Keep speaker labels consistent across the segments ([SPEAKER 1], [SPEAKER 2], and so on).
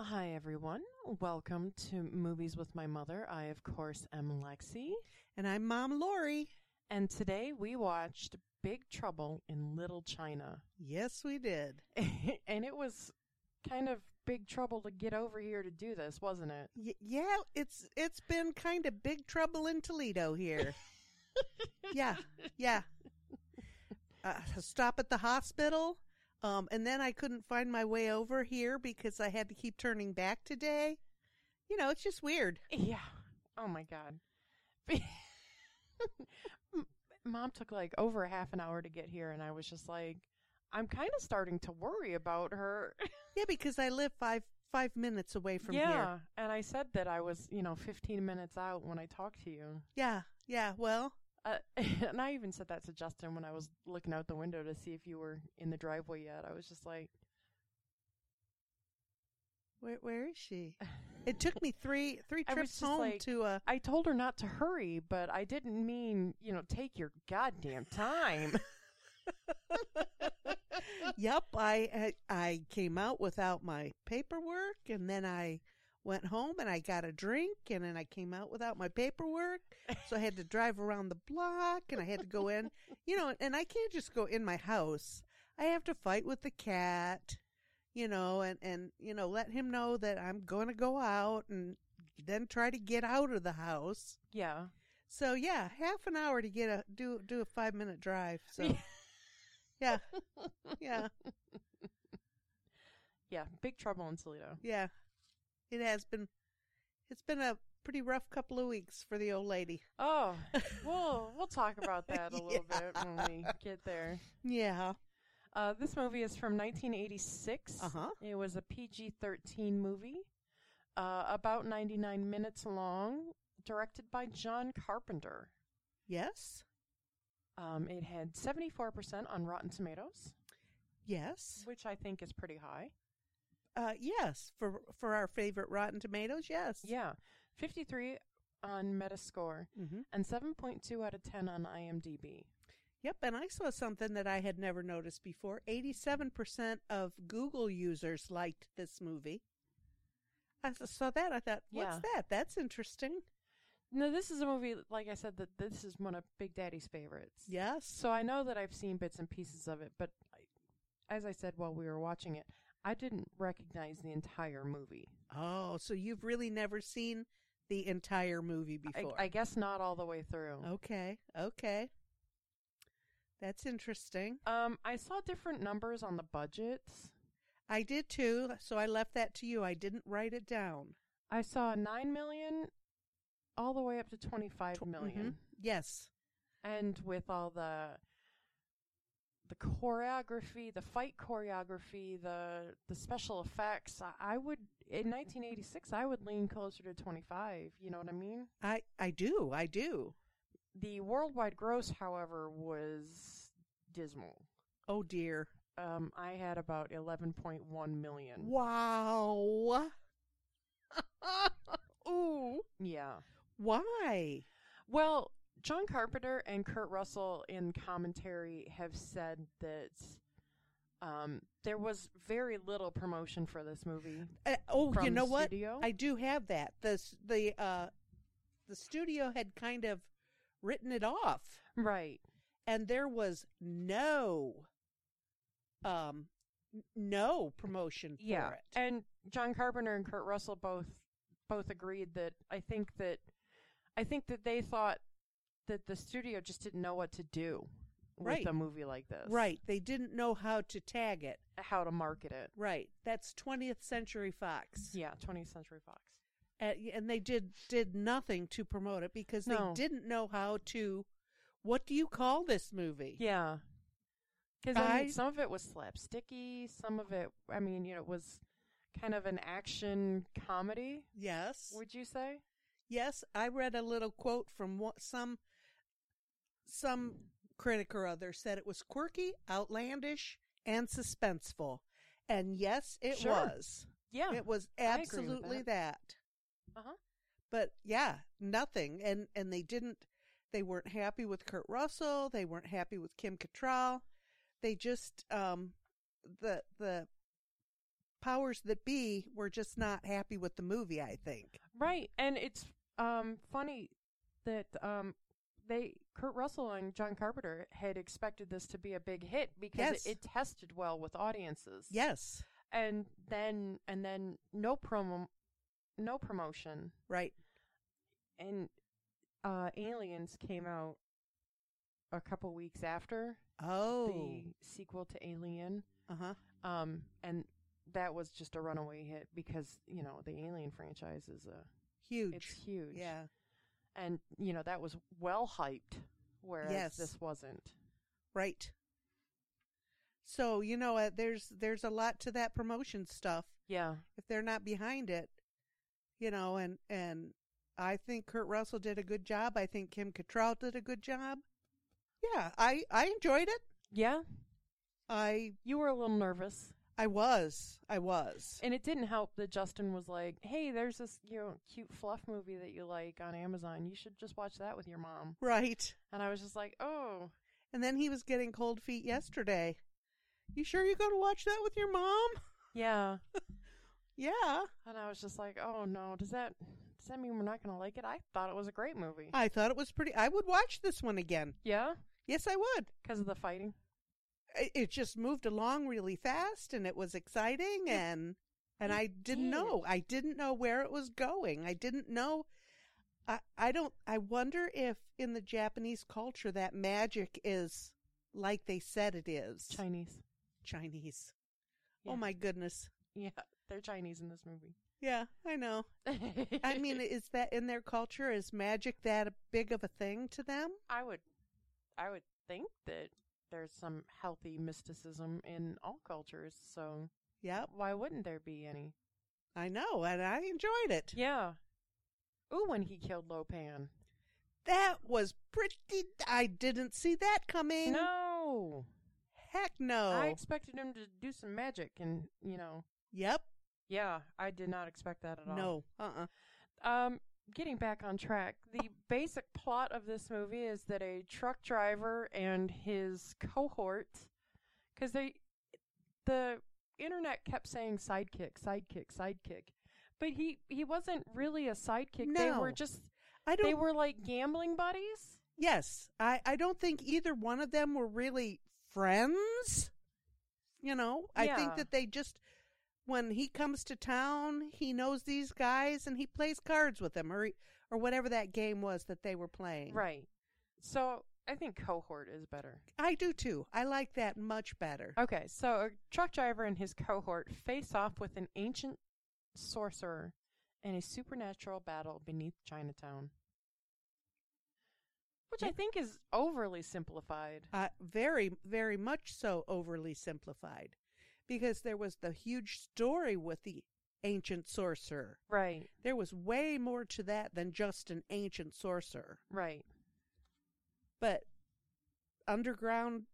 [SPEAKER 1] Hi, everyone. Welcome to Movies with My Mother. I, of course, am Lexi.
[SPEAKER 2] And I'm Mom Lori.
[SPEAKER 1] And today we watched Big Trouble in Little China.
[SPEAKER 2] Yes, we did.
[SPEAKER 1] and it was kind of big trouble to get over here to do this, wasn't it?
[SPEAKER 2] Y- yeah, it's it's been kind of big trouble in Toledo here. yeah, yeah. Uh, stop at the hospital, um, and then I couldn't find my way over here because I had to keep turning back today. You know, it's just weird.
[SPEAKER 1] Yeah. Oh, my God. M- Mom took like over a half an hour to get here, and I was just like, I'm kind of starting to worry about her.
[SPEAKER 2] Yeah, because I live five five minutes away from
[SPEAKER 1] yeah.
[SPEAKER 2] here.
[SPEAKER 1] And I said that I was, you know, 15 minutes out when I talked to you.
[SPEAKER 2] Yeah, yeah. Well,
[SPEAKER 1] Uh, and I even said that to Justin when I was looking out the window to see if you were in the driveway yet. I was just like,
[SPEAKER 2] where where is she? It took me three three
[SPEAKER 1] I was
[SPEAKER 2] trips
[SPEAKER 1] just
[SPEAKER 2] home
[SPEAKER 1] like-
[SPEAKER 2] to uh
[SPEAKER 1] I told her not to hurry, but I didn't mean, you know, take your goddamn time.
[SPEAKER 2] yep I, I i came out without my paperwork and then i went home and i got a drink and then i came out without my paperwork so i had to drive around the block and i had to go in you know and i can't just go in my house i have to fight with the cat you know and and you know let him know that i'm going to go out and then try to get out of the house
[SPEAKER 1] yeah.
[SPEAKER 2] so yeah half an hour to get a do do a five minute drive so yeah yeah
[SPEAKER 1] Yeah. Big trouble in Toledo.
[SPEAKER 2] Yeah. It has been it's been a pretty rough couple of weeks for the old lady.
[SPEAKER 1] Oh, well, we'll talk about that a little bit when we get there.
[SPEAKER 2] Yeah.
[SPEAKER 1] Uh, this movie is from 1986.
[SPEAKER 2] Uh-huh.
[SPEAKER 1] It was a PG 13 movie, uh, about 99 minutes long, directed by John Carpenter.
[SPEAKER 2] Yes.
[SPEAKER 1] Um, it had 74% on Rotten Tomatoes,
[SPEAKER 2] Yes.
[SPEAKER 1] which I think is pretty high.
[SPEAKER 2] Uh yes, for for our favorite Rotten Tomatoes, yes.
[SPEAKER 1] Yeah. 53 on Metascore
[SPEAKER 2] Mhm.
[SPEAKER 1] and 7.2 out of 10 on IMDb.
[SPEAKER 2] Yep, and I saw something that I had never noticed before. 87% of Google users liked this movie. I s- saw that. I thought, what's
[SPEAKER 1] Yeah.
[SPEAKER 2] that? That's interesting.
[SPEAKER 1] No, this is a movie, like I said, that this is one of Big Daddy's favorites.
[SPEAKER 2] Yes.
[SPEAKER 1] So I know that I've seen bits and pieces of it, but I, as I said while we were watching it, I didn't recognize the entire movie.
[SPEAKER 2] Oh, so you've really never seen the entire movie
[SPEAKER 1] I,
[SPEAKER 2] before.
[SPEAKER 1] I guess not all the way through.
[SPEAKER 2] Okay, okay. That's interesting.
[SPEAKER 1] Um, I saw different numbers on the budgets.
[SPEAKER 2] I did too, so I left that to you. I didn't write it down.
[SPEAKER 1] I saw 9 million all the way up to 25 million.
[SPEAKER 2] Mhm. Yes.
[SPEAKER 1] and with all the the choreography, the fight choreography, the the special effects, I, I would in 1986 I would lean closer to 25. You know what I mean?
[SPEAKER 2] I I do. I do.
[SPEAKER 1] The worldwide gross, however, was dismal.
[SPEAKER 2] Oh dear.
[SPEAKER 1] Um, I had about 11.1 million.
[SPEAKER 2] Wow. Ooh.
[SPEAKER 1] Yeah.
[SPEAKER 2] Why?
[SPEAKER 1] Well, John Carpenter and Kurt Russell in commentary have said that um, there was very little promotion for this movie.
[SPEAKER 2] Uh, oh, you
[SPEAKER 1] From
[SPEAKER 2] know what?
[SPEAKER 1] studio?
[SPEAKER 2] I do have that. The s- the uh the studio had kind of written it off.
[SPEAKER 1] Right.
[SPEAKER 2] and there was no um n- no promotion for
[SPEAKER 1] Yeah.
[SPEAKER 2] it.
[SPEAKER 1] And John Carpenter and Kurt Russell both both agreed that I think that I think that they thought that the studio just didn't know what to do
[SPEAKER 2] Right.
[SPEAKER 1] with a movie like this.
[SPEAKER 2] Right. They didn't know how to tag it.
[SPEAKER 1] How to market it.
[SPEAKER 2] Right. That's 20th Century Fox.
[SPEAKER 1] Yeah, 20th Century Fox.
[SPEAKER 2] And, and they did did nothing to promote it because
[SPEAKER 1] No.
[SPEAKER 2] they didn't know how to what do you call this movie?
[SPEAKER 1] Yeah. Because I mean,
[SPEAKER 2] I-
[SPEAKER 1] some of it was slapsticky, some of it, I mean, you know, it was kind of an action comedy,
[SPEAKER 2] Yes.
[SPEAKER 1] would you say?
[SPEAKER 2] Yes, I read a little quote from what some some critic or other said it was quirky, outlandish, and suspenseful. And yes, it
[SPEAKER 1] Sure.
[SPEAKER 2] was.
[SPEAKER 1] Yeah.
[SPEAKER 2] It was
[SPEAKER 1] I agree with
[SPEAKER 2] absolutely that.
[SPEAKER 1] Uh huh.
[SPEAKER 2] But yeah, nothing. And and they didn't they weren't happy with Kurt Russell, they weren't happy with Kim Cattrall. They just um the the powers that be were just not happy with the movie, I think.
[SPEAKER 1] Right, and it's um, funny that um, they Kurt Russell and John Carpenter had expected this to be a big hit because
[SPEAKER 2] Yes.
[SPEAKER 1] it, it tested well with audiences.
[SPEAKER 2] Yes.
[SPEAKER 1] and then and then no promo, no promotion,
[SPEAKER 2] Right.
[SPEAKER 1] and uh, Aliens came out a couple weeks after
[SPEAKER 2] Oh.
[SPEAKER 1] the sequel to Alien,
[SPEAKER 2] Uh huh.
[SPEAKER 1] um, and that was just a runaway hit because you know the Alien franchise is a
[SPEAKER 2] Huge.
[SPEAKER 1] it's huge,
[SPEAKER 2] Yeah.
[SPEAKER 1] and you know that was well hyped, whereas
[SPEAKER 2] Yes.
[SPEAKER 1] this wasn't.
[SPEAKER 2] Right. So you know, uh, there's there's a lot to that promotion stuff.
[SPEAKER 1] Yeah,
[SPEAKER 2] If they're not behind it, you know, and and I think Kurt Russell did a good job. I think Kim Cattrall did a good job. Yeah, I I enjoyed it.
[SPEAKER 1] yeah,
[SPEAKER 2] I
[SPEAKER 1] you were a little nervous.
[SPEAKER 2] I was I was
[SPEAKER 1] And it didn't help that Justin was like, "Hey, there's this you know cute fluff movie that you like on Amazon. You should just watch that with your mom."
[SPEAKER 2] right.
[SPEAKER 1] And I was just like, "Oh,
[SPEAKER 2] And then he was getting cold feet yesterday. You sure you're going to watch that with your mom?
[SPEAKER 1] yeah."
[SPEAKER 2] Yeah,
[SPEAKER 1] And I was just like, "Oh no, does that does that mean we're not gonna like it?" I thought it was a great movie.
[SPEAKER 2] I thought it was pretty. I would watch this one again.
[SPEAKER 1] yeah,
[SPEAKER 2] Yes, I would.
[SPEAKER 1] because of the fighting.
[SPEAKER 2] it, it just moved along really fast and it was exciting and and I didn't
[SPEAKER 1] did.
[SPEAKER 2] know. I didn't know where it was going. I didn't know I I don't I wonder if in the Japanese culture that magic is like they said it is.
[SPEAKER 1] Chinese.
[SPEAKER 2] Chinese.
[SPEAKER 1] Yeah.
[SPEAKER 2] Oh my goodness.
[SPEAKER 1] Yeah, they're Chinese in this movie.
[SPEAKER 2] Yeah, I know. I mean, is that in their culture is magic that big of a thing to them?
[SPEAKER 1] I would, I would think that there's some healthy mysticism in all cultures. So
[SPEAKER 2] Yep,
[SPEAKER 1] why wouldn't there be any?
[SPEAKER 2] I know, and I enjoyed it.
[SPEAKER 1] Yeah. Ooh, when he killed Lopan.
[SPEAKER 2] That was pretty I didn't see that coming.
[SPEAKER 1] No.
[SPEAKER 2] Heck no.
[SPEAKER 1] I expected him to do some magic and, you know,
[SPEAKER 2] Yep.
[SPEAKER 1] yeah, I did not expect that at all.
[SPEAKER 2] No. Uh uh
[SPEAKER 1] Um, getting back on track, the basic plot of this movie is that a truck driver and his cohort, because they, the internet kept saying sidekick, sidekick, sidekick, but he he wasn't really a sidekick. They
[SPEAKER 2] No.
[SPEAKER 1] were just
[SPEAKER 2] I don't.
[SPEAKER 1] they were like gambling buddies.
[SPEAKER 2] yes. I, I don't think either one of them were really friends. You know, I
[SPEAKER 1] Yeah.
[SPEAKER 2] think that they just, when he comes to town, he knows these guys and he plays cards with them or, he- or whatever that game was that they were playing.
[SPEAKER 1] Right. So I think cohort is better.
[SPEAKER 2] I do too. I like that much better.
[SPEAKER 1] Okay, so a truck driver and his cohort face off with an ancient sorcerer in a supernatural battle beneath Chinatown. Which I
[SPEAKER 2] Yeah.
[SPEAKER 1] think is overly simplified.
[SPEAKER 2] Uh, very, very much so overly simplified because there was the huge story with the ancient sorcerer.
[SPEAKER 1] Right,
[SPEAKER 2] There was way more to that than just an ancient sorcerer.
[SPEAKER 1] right.
[SPEAKER 2] but underground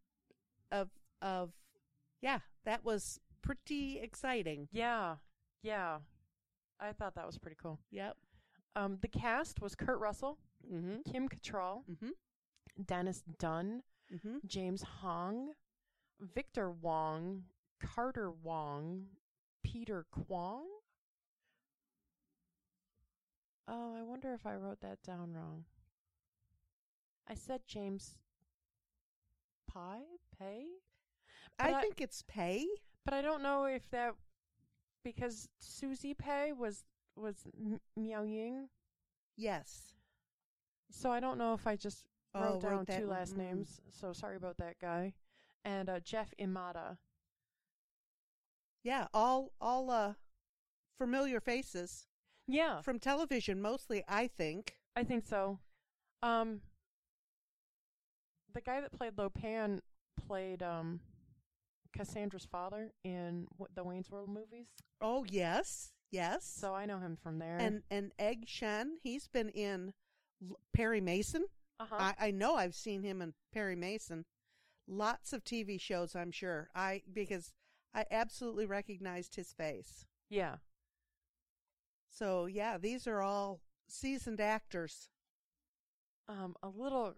[SPEAKER 2] of of yeah that was pretty exciting
[SPEAKER 1] Yeah, yeah. I thought that was pretty cool.
[SPEAKER 2] yep
[SPEAKER 1] Um, the cast was Kurt Russell,
[SPEAKER 2] mhm
[SPEAKER 1] Kim Cattrall,
[SPEAKER 2] mhm
[SPEAKER 1] Dennis Dunn,
[SPEAKER 2] mhm
[SPEAKER 1] James Hong, Victor Wong, Carter Wong, Peter Kwong. Oh, I wonder if I wrote that down wrong. I said James Pye Pay,
[SPEAKER 2] i
[SPEAKER 1] But I-
[SPEAKER 2] think it's pay
[SPEAKER 1] but I don't know if that because Susie Pay was was M- Miao Ying,
[SPEAKER 2] yes
[SPEAKER 1] so I don't know if I just wrote
[SPEAKER 2] Oh, wrote
[SPEAKER 1] down
[SPEAKER 2] that-
[SPEAKER 1] two last
[SPEAKER 2] mm.
[SPEAKER 1] names. So sorry about that guy, and uh, Jeff Imada.
[SPEAKER 2] yeah all all uh familiar faces
[SPEAKER 1] Yeah,
[SPEAKER 2] from television mostly i think
[SPEAKER 1] I think so. Um, the guy that played Lopan played um Cassandra's father in w- the Wayne's World movies,
[SPEAKER 2] oh yes yes
[SPEAKER 1] so I know him from there.
[SPEAKER 2] and and egg shen he's been in L- perry mason
[SPEAKER 1] uh-huh.
[SPEAKER 2] I, I know I've seen him in Perry Mason. Lots of TV shows, I'm sure. I because I absolutely recognized his face.
[SPEAKER 1] yeah,
[SPEAKER 2] So yeah, these are all seasoned actors.
[SPEAKER 1] um, a little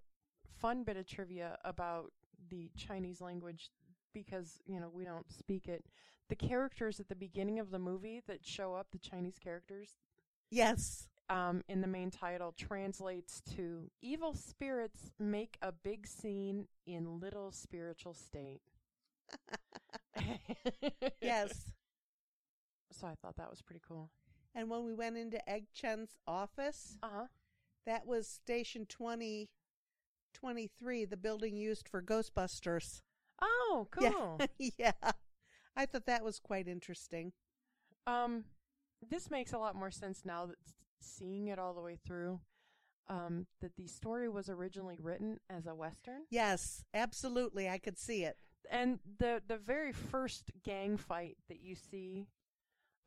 [SPEAKER 1] fun bit of trivia about the Chinese language because you know we don't speak it. The characters at the beginning of the movie that show up, the Chinese characters
[SPEAKER 2] Yes.
[SPEAKER 1] um, in the main title, translates to "evil spirits make a big scene in little spiritual state."
[SPEAKER 2] Yes.
[SPEAKER 1] So I thought that was pretty cool.
[SPEAKER 2] and when we went into Egg Chen's office,
[SPEAKER 1] Uh huh.
[SPEAKER 2] that was Station 20, 23, the building used for Ghostbusters.
[SPEAKER 1] Oh, cool.
[SPEAKER 2] Yeah. yeah. I thought that was quite interesting.
[SPEAKER 1] Um, this makes a lot more sense now that s- seeing it all the way through. Um, that the story was originally written as a western,
[SPEAKER 2] Yes, absolutely. I could see it.
[SPEAKER 1] and the the very first gang fight that you see,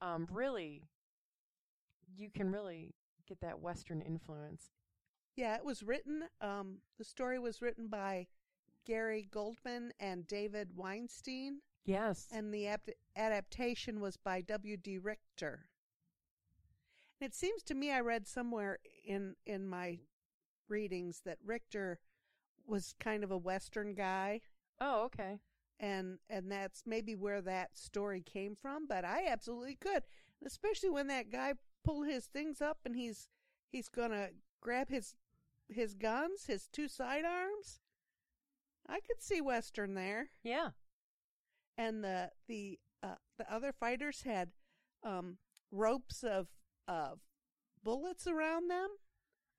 [SPEAKER 1] um, really, you can really get that western influence.
[SPEAKER 2] Yeah, it was written. Um, the story was written by Gary Goldman and David Weinstein,
[SPEAKER 1] Yes,
[SPEAKER 2] and the apt- adaptation was by W. D. Richter. And it seems to me I read somewhere in in my readings that Richter was kind of a Western guy,
[SPEAKER 1] oh, okay.
[SPEAKER 2] and and that's maybe where that story came from. But I absolutely could, especially when that guy pulled his things up and he's he's gonna grab his his guns, his two sidearms. I could see Western there,
[SPEAKER 1] Yeah.
[SPEAKER 2] and the the uh, the other fighters had um, ropes of of bullets around them.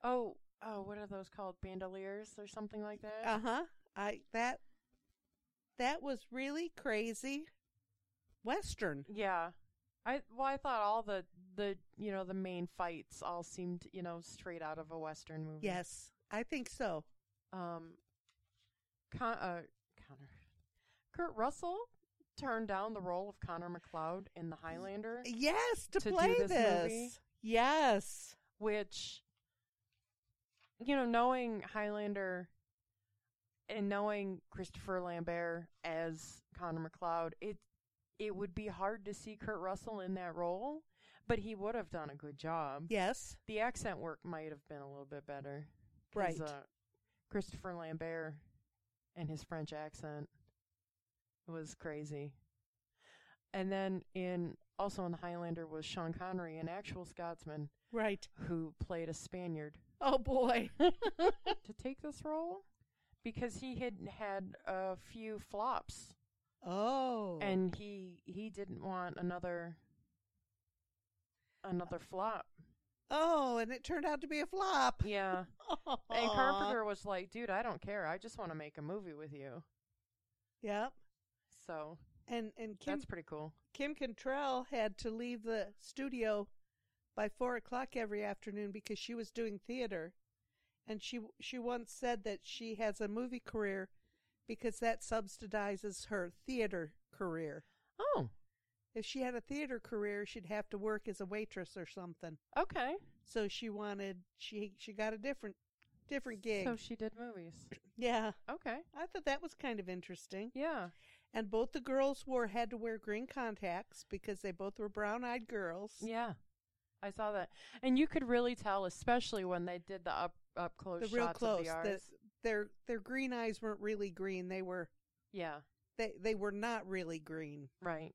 [SPEAKER 1] Oh, oh, what are those called? Bandoliers or something like that?
[SPEAKER 2] Uh huh. I that that was really crazy. Western.
[SPEAKER 1] Yeah. I well I thought all the the you know the main fights all seemed, you know, straight out of a western movie.
[SPEAKER 2] Yes, I think so.
[SPEAKER 1] Um Con- uh, Connor Kurt Russell turned down the role of Connor McLeod in The Highlander,
[SPEAKER 2] Yes, to,
[SPEAKER 1] to do
[SPEAKER 2] play
[SPEAKER 1] this
[SPEAKER 2] this.
[SPEAKER 1] movie?
[SPEAKER 2] Yes.
[SPEAKER 1] which you know, knowing Highlander and knowing Christopher Lambert as Connor McLeod, it it would be hard to see Kurt Russell in that role, but he would have done a good job.
[SPEAKER 2] Yes.
[SPEAKER 1] the accent work might have been a little bit better. 'cause,
[SPEAKER 2] Right.
[SPEAKER 1] uh, Christopher Lambert and his French accent was crazy. And then in also in Highlander was Sean Connery, an actual Scotsman
[SPEAKER 2] Right.
[SPEAKER 1] who played a Spaniard
[SPEAKER 2] Oh boy.
[SPEAKER 1] to take this role because he had had a few flops
[SPEAKER 2] oh.
[SPEAKER 1] and he he didn't want another another flop.
[SPEAKER 2] oh, and it turned out to be a flop.
[SPEAKER 1] Yeah. And Carpenter was like, dude, I don't care. I just want to make a movie with you.
[SPEAKER 2] Yep.
[SPEAKER 1] So
[SPEAKER 2] And and Kim
[SPEAKER 1] that's pretty cool.
[SPEAKER 2] Kim Contrell had to leave the studio by four o'clock every afternoon because she was doing theater, and she she once said that she has a movie career because that subsidizes her theater career.
[SPEAKER 1] Oh,
[SPEAKER 2] If she had a theater career, she'd have to work as a waitress or something.
[SPEAKER 1] okay.
[SPEAKER 2] So she wanted she she got a different different gig.
[SPEAKER 1] So she did movies.
[SPEAKER 2] yeah,
[SPEAKER 1] Okay.
[SPEAKER 2] I thought that was kind of interesting.
[SPEAKER 1] Yeah.
[SPEAKER 2] And both the girls wore had to wear green contacts because they both were brown eyed girls.
[SPEAKER 1] Yeah. I saw that. And you could really tell, especially when they did the up up close
[SPEAKER 2] the real
[SPEAKER 1] shots of
[SPEAKER 2] close.
[SPEAKER 1] the
[SPEAKER 2] the-
[SPEAKER 1] arms.
[SPEAKER 2] their their green eyes weren't really green. They were
[SPEAKER 1] yeah.
[SPEAKER 2] they they were not really green.
[SPEAKER 1] Right.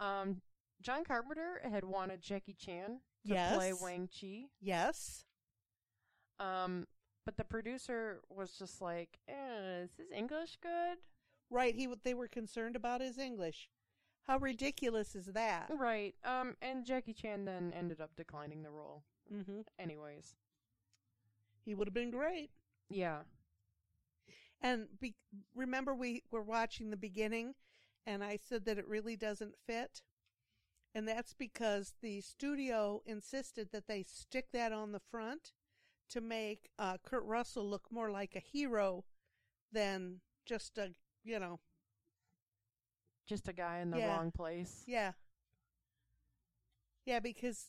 [SPEAKER 1] Um, John Carpenter had wanted Jackie Chan to
[SPEAKER 2] Yes.
[SPEAKER 1] play Wang Chi.
[SPEAKER 2] Yes.
[SPEAKER 1] Um, but the producer was just like, eh, is his English good?
[SPEAKER 2] Right, he w- they were concerned about his English. How ridiculous is that?
[SPEAKER 1] Right. Um, and Jackie Chan then ended up declining the role.
[SPEAKER 2] hmm
[SPEAKER 1] Anyways.
[SPEAKER 2] He would have been great.
[SPEAKER 1] Yeah.
[SPEAKER 2] And be, remember we were watching the beginning and I said that it really doesn't fit. And that's because the studio insisted that they stick that on the front to make uh, Kurt Russell look more like a hero than just a, you know,
[SPEAKER 1] Just a guy in the
[SPEAKER 2] Yeah.
[SPEAKER 1] wrong place.
[SPEAKER 2] Yeah. Yeah, because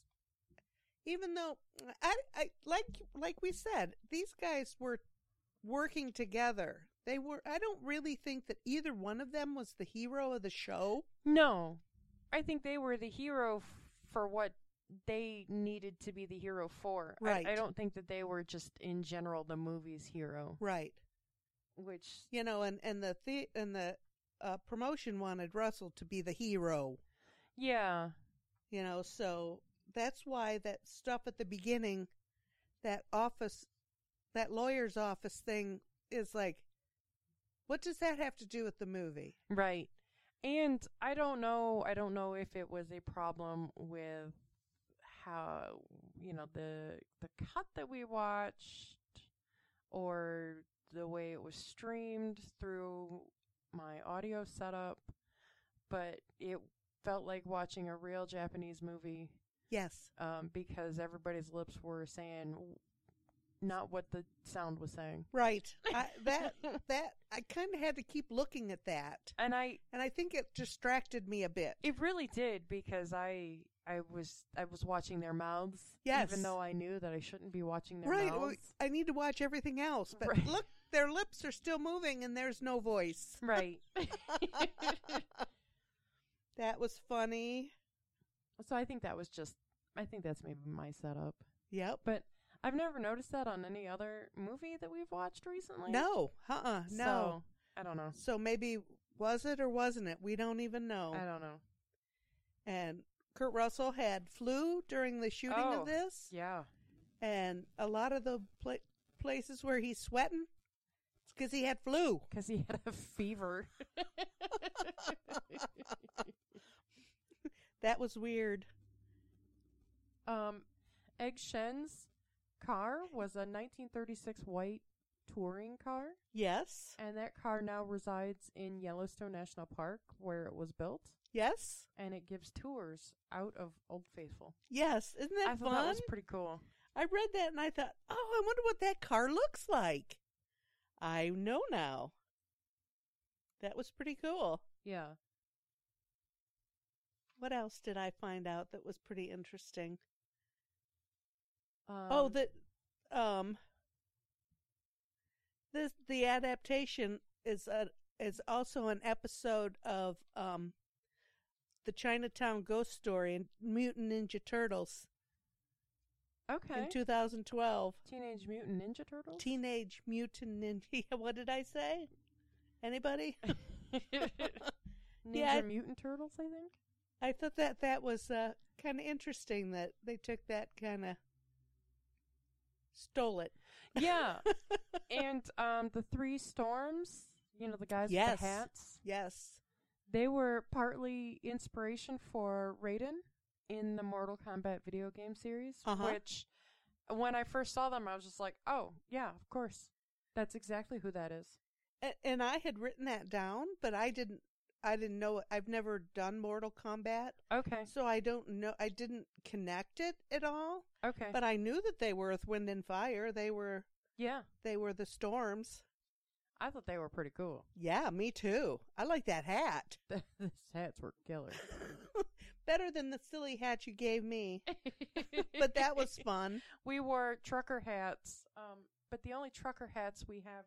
[SPEAKER 2] even though I, I like like we said, these guys were working together. They were I don't really think that either one of them was the hero of the show.
[SPEAKER 1] No. I think they were the hero f- for what they needed to be the hero for. I-
[SPEAKER 2] Right.
[SPEAKER 1] I, don't think that they were just, in general, the movie's hero,
[SPEAKER 2] Right.
[SPEAKER 1] which,
[SPEAKER 2] You know, and and the, the and the uh, promotion wanted Russell to be the hero,
[SPEAKER 1] Yeah.
[SPEAKER 2] you know, so that's why that stuff at the beginning, that office, that lawyer's office thing is like, what does that have to do with the movie?
[SPEAKER 1] Right. And I don't know I don't know if it was a problem with how you know the the cut that we watched or the way it was streamed through my audio setup, but it felt like watching a real Japanese movie
[SPEAKER 2] Yes.
[SPEAKER 1] um, because everybody's lips were saying not what the sound was saying.
[SPEAKER 2] Right. I, that, that, I kind of had to keep looking at that.
[SPEAKER 1] And I
[SPEAKER 2] And I think it distracted me a bit.
[SPEAKER 1] It really did because I I was I was watching their mouths.
[SPEAKER 2] Yes.
[SPEAKER 1] Even though I knew that I shouldn't be watching their
[SPEAKER 2] right. well,
[SPEAKER 1] mouths.
[SPEAKER 2] I need to watch everything else. But
[SPEAKER 1] Right.
[SPEAKER 2] look, their lips are still moving and there's no voice.
[SPEAKER 1] Right.
[SPEAKER 2] That was funny.
[SPEAKER 1] so I think that was just I think that's maybe my setup.
[SPEAKER 2] Yep.
[SPEAKER 1] But I've never noticed that on any other movie that we've watched recently.
[SPEAKER 2] No. Uh uh No.
[SPEAKER 1] So, I don't know.
[SPEAKER 2] So maybe was it or wasn't it? We don't even know.
[SPEAKER 1] I don't know.
[SPEAKER 2] And Kurt Russell had flu during the shooting
[SPEAKER 1] Oh,
[SPEAKER 2] of this,
[SPEAKER 1] Yeah.
[SPEAKER 2] and a lot of the pla- places where he's sweating, it's because he had flu.
[SPEAKER 1] Because he had a fever.
[SPEAKER 2] That was weird.
[SPEAKER 1] Um, Egg Shen's car was a 1936 white touring car.
[SPEAKER 2] Yes.
[SPEAKER 1] And that car now resides in Yellowstone National Park where it was built
[SPEAKER 2] Yes.
[SPEAKER 1] and it gives tours out of Old Faithful.
[SPEAKER 2] Yes. Isn't that
[SPEAKER 1] I thought
[SPEAKER 2] fun?
[SPEAKER 1] that was pretty cool.
[SPEAKER 2] I read that and I thought, oh, I wonder what that car looks like. I know now. That was pretty cool.
[SPEAKER 1] Yeah.
[SPEAKER 2] What else did I find out that was pretty interesting?
[SPEAKER 1] Um,
[SPEAKER 2] oh, that um, this the adaptation is a is also an episode of um, the Chinatown ghost story and Mutant Ninja Turtles
[SPEAKER 1] okay.
[SPEAKER 2] in 2012.
[SPEAKER 1] Teenage Mutant Ninja Turtles?
[SPEAKER 2] Teenage Mutant Ninja. What did I say? Anybody?
[SPEAKER 1] Ninja
[SPEAKER 2] Yeah, I-
[SPEAKER 1] Mutant Turtles, I think.
[SPEAKER 2] I thought that that was uh, kind of interesting that they took that kind of stole it.
[SPEAKER 1] Yeah. and um, the Three Storms, you know, the guys
[SPEAKER 2] Yes.
[SPEAKER 1] with the hats,
[SPEAKER 2] Yes.
[SPEAKER 1] they were partly inspiration for Raiden in the Mortal Kombat video game series,
[SPEAKER 2] Uh-huh.
[SPEAKER 1] which when I first saw them, I was just like, oh, yeah, of course. That's exactly who that is.
[SPEAKER 2] A- and I had written that down, but I didn't. I didn't know. it. I've never done Mortal Kombat,
[SPEAKER 1] Okay.
[SPEAKER 2] so I don't know. I didn't connect it at all.
[SPEAKER 1] Okay.
[SPEAKER 2] But I knew that they were Earth, Wind, and Fire. They were.
[SPEAKER 1] yeah.
[SPEAKER 2] They were the storms.
[SPEAKER 1] I thought they were pretty cool.
[SPEAKER 2] Yeah, me too. I like that hat
[SPEAKER 1] These hats were killer.
[SPEAKER 2] better than the silly hat you gave me. But that was fun.
[SPEAKER 1] we wore trucker hats, um, but the only trucker hats we have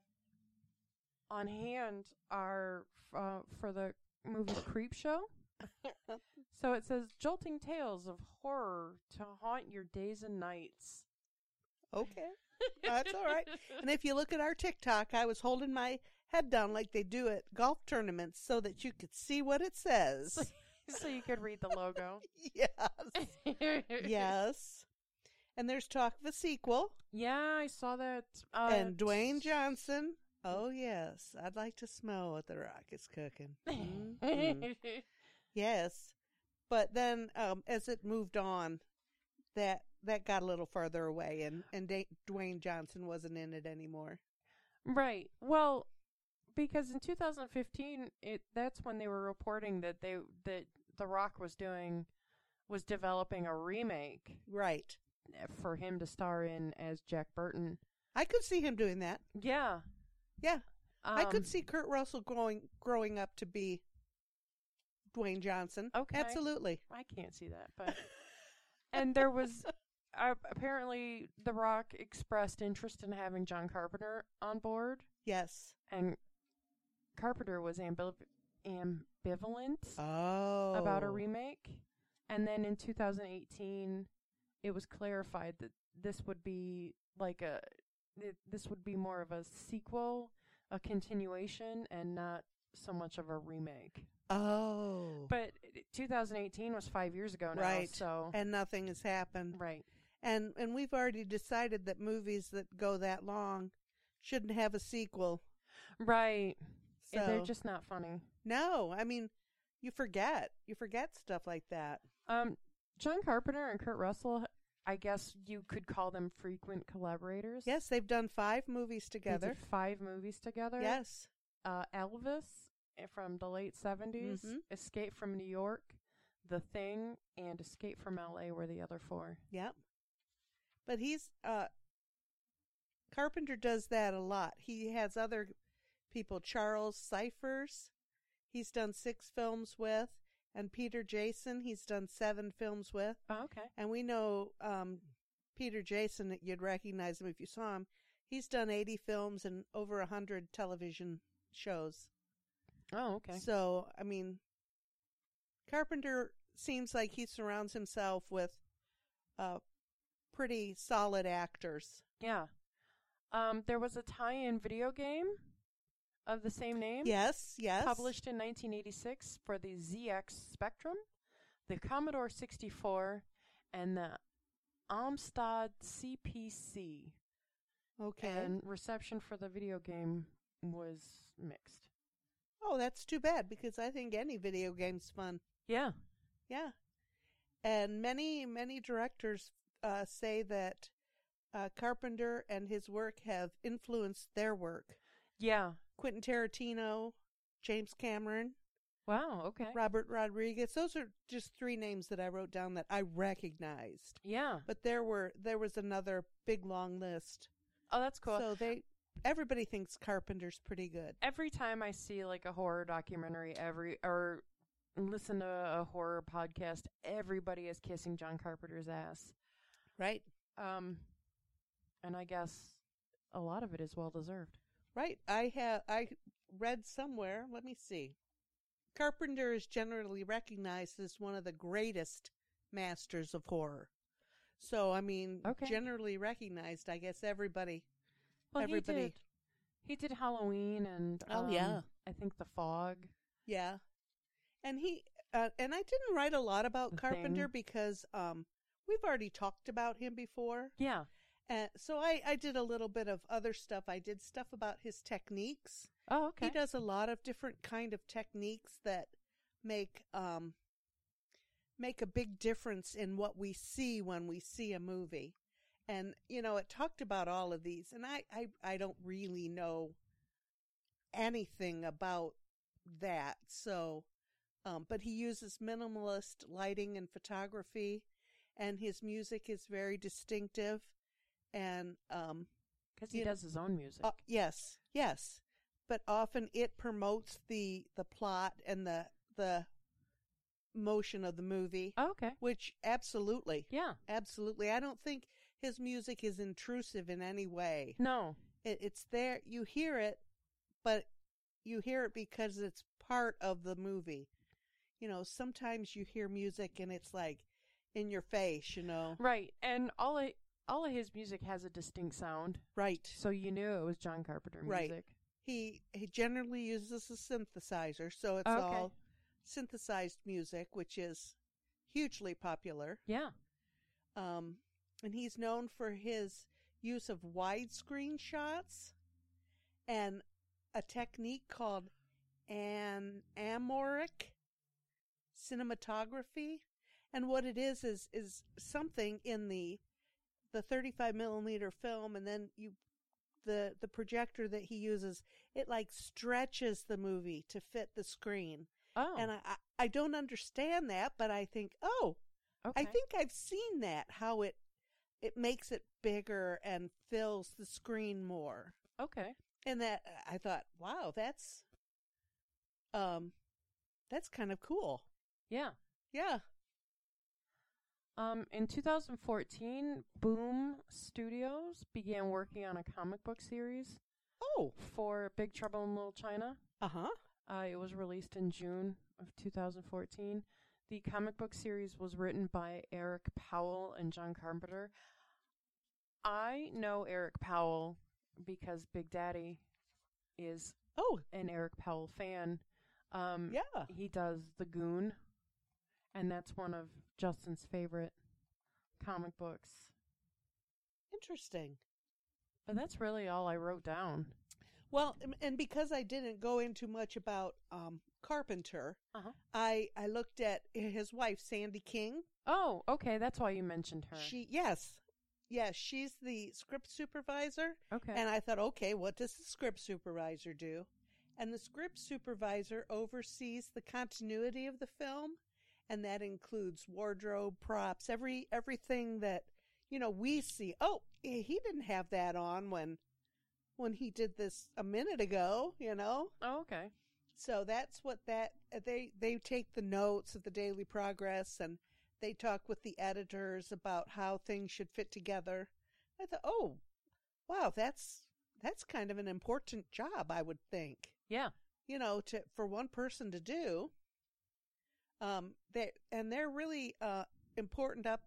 [SPEAKER 1] on hand are uh, for the movie Creep Show. so it says jolting tales of horror to haunt your days and nights.
[SPEAKER 2] Okay. That's all right. And if you look at our TikTok, I was holding my head down like they do at golf tournaments so that you could see what it says.
[SPEAKER 1] so you could read the logo.
[SPEAKER 2] yes. Yes. And there's talk of a sequel.
[SPEAKER 1] Yeah, I saw that. Uh,
[SPEAKER 2] and Dwayne Johnson. Oh, yes. I'd like to smell what The Rock is cooking. Mhm. yes. But then um, as it moved on, that that got a little farther away, and, and Da- Dwayne Johnson wasn't in it anymore.
[SPEAKER 1] Right. Well, because in 2015, it that's when they were reporting that they that The Rock was doing was developing a remake
[SPEAKER 2] Right.
[SPEAKER 1] for him to star in as Jack Burton.
[SPEAKER 2] I could see him doing that.
[SPEAKER 1] Yeah.
[SPEAKER 2] Yeah. I
[SPEAKER 1] um,
[SPEAKER 2] could see Kurt Russell growing growing up to be Dwayne Johnson.
[SPEAKER 1] Okay.
[SPEAKER 2] absolutely.
[SPEAKER 1] I can't see that, but and there was uh, apparently The Rock expressed interest in having John Carpenter on board,
[SPEAKER 2] Yes.
[SPEAKER 1] and Carpenter was ambiv- ambivalent.
[SPEAKER 2] Oh,
[SPEAKER 1] about a remake. And then in 2018, it was clarified that this would be like a th- this would be more of a sequel, a continuation, and not so much of a remake.
[SPEAKER 2] Oh.
[SPEAKER 1] But 2018 was five years ago now,
[SPEAKER 2] Right.
[SPEAKER 1] so
[SPEAKER 2] and nothing has happened.
[SPEAKER 1] right.
[SPEAKER 2] And and we've already decided that movies that go that long shouldn't have a sequel.
[SPEAKER 1] Right.
[SPEAKER 2] So
[SPEAKER 1] They're just not funny.
[SPEAKER 2] No, I mean you forget. You forget stuff like that.
[SPEAKER 1] Um, John Carpenter and Kurt Russell, I guess you could call them frequent collaborators.
[SPEAKER 2] Yes, they've done five movies
[SPEAKER 1] They did
[SPEAKER 2] together.
[SPEAKER 1] five movies together.
[SPEAKER 2] Yes.
[SPEAKER 1] Uh, Elvis eh, from the late 70s,
[SPEAKER 2] Mhm.
[SPEAKER 1] Escape from New York, The Thing, and Escape from LA were the other four.
[SPEAKER 2] Yep. But he's uh Carpenter does that a lot. He has other people, Charles Cyphers, he's done six films with, and Peter Jason, he's done seven films with.
[SPEAKER 1] Oh, okay.
[SPEAKER 2] And we know um Peter Jason that you'd recognize him if you saw him. He's done eighty films and over a hundred television shows.
[SPEAKER 1] Oh, okay.
[SPEAKER 2] So, I mean, Carpenter seems like he surrounds himself with uh, pretty solid actors.
[SPEAKER 1] Yeah. Um, there was a tie-in video game of the same name.
[SPEAKER 2] Yes, yes.
[SPEAKER 1] Published in 1986 for the ZX Spectrum, the Commodore 64, and the Amstrad CPC.
[SPEAKER 2] Okay.
[SPEAKER 1] And reception for the video game was mixed.
[SPEAKER 2] oh, that's too bad because I think any video game's fun.
[SPEAKER 1] Yeah.
[SPEAKER 2] Yeah. And many, many directors uh, say that uh, Carpenter and his work have influenced their work.
[SPEAKER 1] Yeah.
[SPEAKER 2] Quentin Tarantino, James Cameron,
[SPEAKER 1] Wow. Okay.
[SPEAKER 2] Robert Rodriguez. Those are just three names that I wrote down that I recognized.
[SPEAKER 1] Yeah.
[SPEAKER 2] But there were there was another big long list.
[SPEAKER 1] Oh, that's cool.
[SPEAKER 2] So they everybody thinks Carpenter's pretty good.
[SPEAKER 1] every time I see like a horror documentary, every or listen to a horror podcast, everybody is kissing John Carpenter's ass.
[SPEAKER 2] Right.
[SPEAKER 1] Um, and I guess a lot of it is well deserved.
[SPEAKER 2] Right. I have I read somewhere, let me see. Carpenter is generally recognized as one of the greatest masters of horror. So I mean
[SPEAKER 1] Okay.
[SPEAKER 2] generally recognized, I guess everybody
[SPEAKER 1] Well,
[SPEAKER 2] Everybody-
[SPEAKER 1] he did. He did Halloween and
[SPEAKER 2] Oh,
[SPEAKER 1] um,
[SPEAKER 2] yeah.
[SPEAKER 1] I think The Fog.
[SPEAKER 2] Yeah. And he uh, and I didn't write a lot about
[SPEAKER 1] The
[SPEAKER 2] Carpenter
[SPEAKER 1] Thing.
[SPEAKER 2] because um we've already talked about him before.
[SPEAKER 1] Yeah.
[SPEAKER 2] Uh, so I I did a little bit of other stuff. I did stuff about his techniques.
[SPEAKER 1] Oh, okay.
[SPEAKER 2] He does a lot of different kind of techniques that make um make a big difference in what we see when we see a movie. And you know, it talked about all of these and I I, I don't really know anything about that. So um but he uses minimalist lighting and photography and his music is very distinctive and um
[SPEAKER 1] Because he
[SPEAKER 2] you know-
[SPEAKER 1] does his own music.
[SPEAKER 2] uh, yes, yes, but often it promotes the the plot and the the motion of the movie,
[SPEAKER 1] oh, okay.
[SPEAKER 2] which absolutely,
[SPEAKER 1] Yeah.
[SPEAKER 2] absolutely. I don't think his music is intrusive in any way.
[SPEAKER 1] No.
[SPEAKER 2] It, it's there, you hear it, but you hear it because it's part of the movie. You know, sometimes you hear music and it's like in your face. You know,
[SPEAKER 1] Right. And all of, all of his music has a distinct sound,
[SPEAKER 2] right?
[SPEAKER 1] so you knew it was John Carpenter
[SPEAKER 2] Right.
[SPEAKER 1] music.
[SPEAKER 2] He he generally uses a synthesizer, so it's
[SPEAKER 1] Okay.
[SPEAKER 2] all synthesized music, which is hugely popular.
[SPEAKER 1] Yeah.
[SPEAKER 2] Um, and he's known for his use of widescreen shots and a technique called an amoric cinematography. And what it is is is something in the the 35 millimeter film, and then you the the projector that he uses it like stretches the movie to fit the screen.
[SPEAKER 1] Oh.
[SPEAKER 2] And I, I I don't understand that, but I think oh
[SPEAKER 1] okay.
[SPEAKER 2] I think I've seen that how it it makes it bigger and fills the screen more.
[SPEAKER 1] Okay.
[SPEAKER 2] And that uh, I thought, wow, that's um that's kind of cool.
[SPEAKER 1] Yeah.
[SPEAKER 2] Yeah.
[SPEAKER 1] Um, in 2014, Boom Studios began working on a comic book series
[SPEAKER 2] Oh.
[SPEAKER 1] for Big Trouble in Little China.
[SPEAKER 2] Uh-huh.
[SPEAKER 1] Uh, it was released in June of 2014. The comic book series was written by Eric Powell and John Carpenter. I know Eric Powell because Big Daddy is
[SPEAKER 2] Oh,
[SPEAKER 1] an Eric Powell fan. Um,
[SPEAKER 2] yeah.
[SPEAKER 1] He does The Goon, and that's one of Justin's favorite comic books.
[SPEAKER 2] Interesting.
[SPEAKER 1] But that's really all I wrote down.
[SPEAKER 2] Well, and- and because I didn't go into much about um, Carpenter,
[SPEAKER 1] Uh-huh.
[SPEAKER 2] I I looked at his wife Sandy King.
[SPEAKER 1] Oh, okay. That's why you mentioned her.
[SPEAKER 2] She yes, yes, she's the script supervisor,
[SPEAKER 1] okay.
[SPEAKER 2] and I thought, okay, what does the script supervisor do? And the script supervisor oversees the continuity of the film, and that includes wardrobe, props, every everything that you know we see. Oh, eh, he didn't have that on when when he did this a minute ago, you know.
[SPEAKER 1] oh, okay.
[SPEAKER 2] So that's what that uh, they they take the notes of the daily progress and they talk with the editors about how things should fit together. I thought, oh, wow, that's that's kind of an important job, I would think.
[SPEAKER 1] Yeah.
[SPEAKER 2] You know, to for one person to do. Um, they and they're really uh important up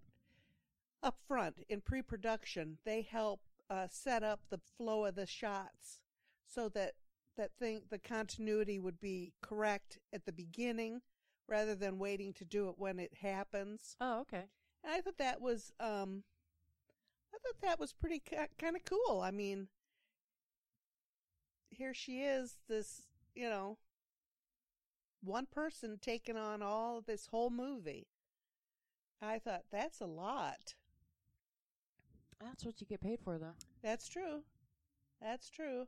[SPEAKER 2] up front in pre-production. They help uh, set up the flow of the shots so that that thing the continuity would be correct at the beginning rather than waiting to do it when it happens
[SPEAKER 1] Oh, okay.
[SPEAKER 2] and i thought that was um i thought that was pretty kind of cool i mean here she is this you know one person taking on all of this whole movie i thought that's a lot
[SPEAKER 1] That's what you get paid for, though.
[SPEAKER 2] That's true. That's true.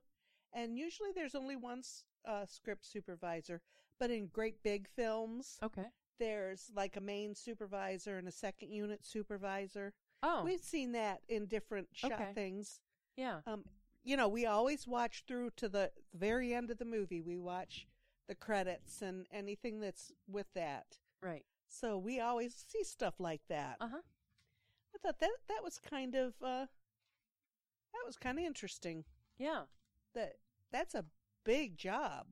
[SPEAKER 2] And usually there's only one s- uh, script supervisor, but in great big films,
[SPEAKER 1] Okay.
[SPEAKER 2] there's like a main supervisor and a second unit supervisor.
[SPEAKER 1] Oh,
[SPEAKER 2] We've seen that in different shot
[SPEAKER 1] Okay.
[SPEAKER 2] things.
[SPEAKER 1] yeah.
[SPEAKER 2] Um, you know, we always watch through to the very end of the movie. We watch the credits and anything that's with that.
[SPEAKER 1] Right.
[SPEAKER 2] So we always see stuff like that.
[SPEAKER 1] Uh huh.
[SPEAKER 2] I thought that that was kind of uh, that was kind of interesting.
[SPEAKER 1] Yeah.
[SPEAKER 2] that that's a big job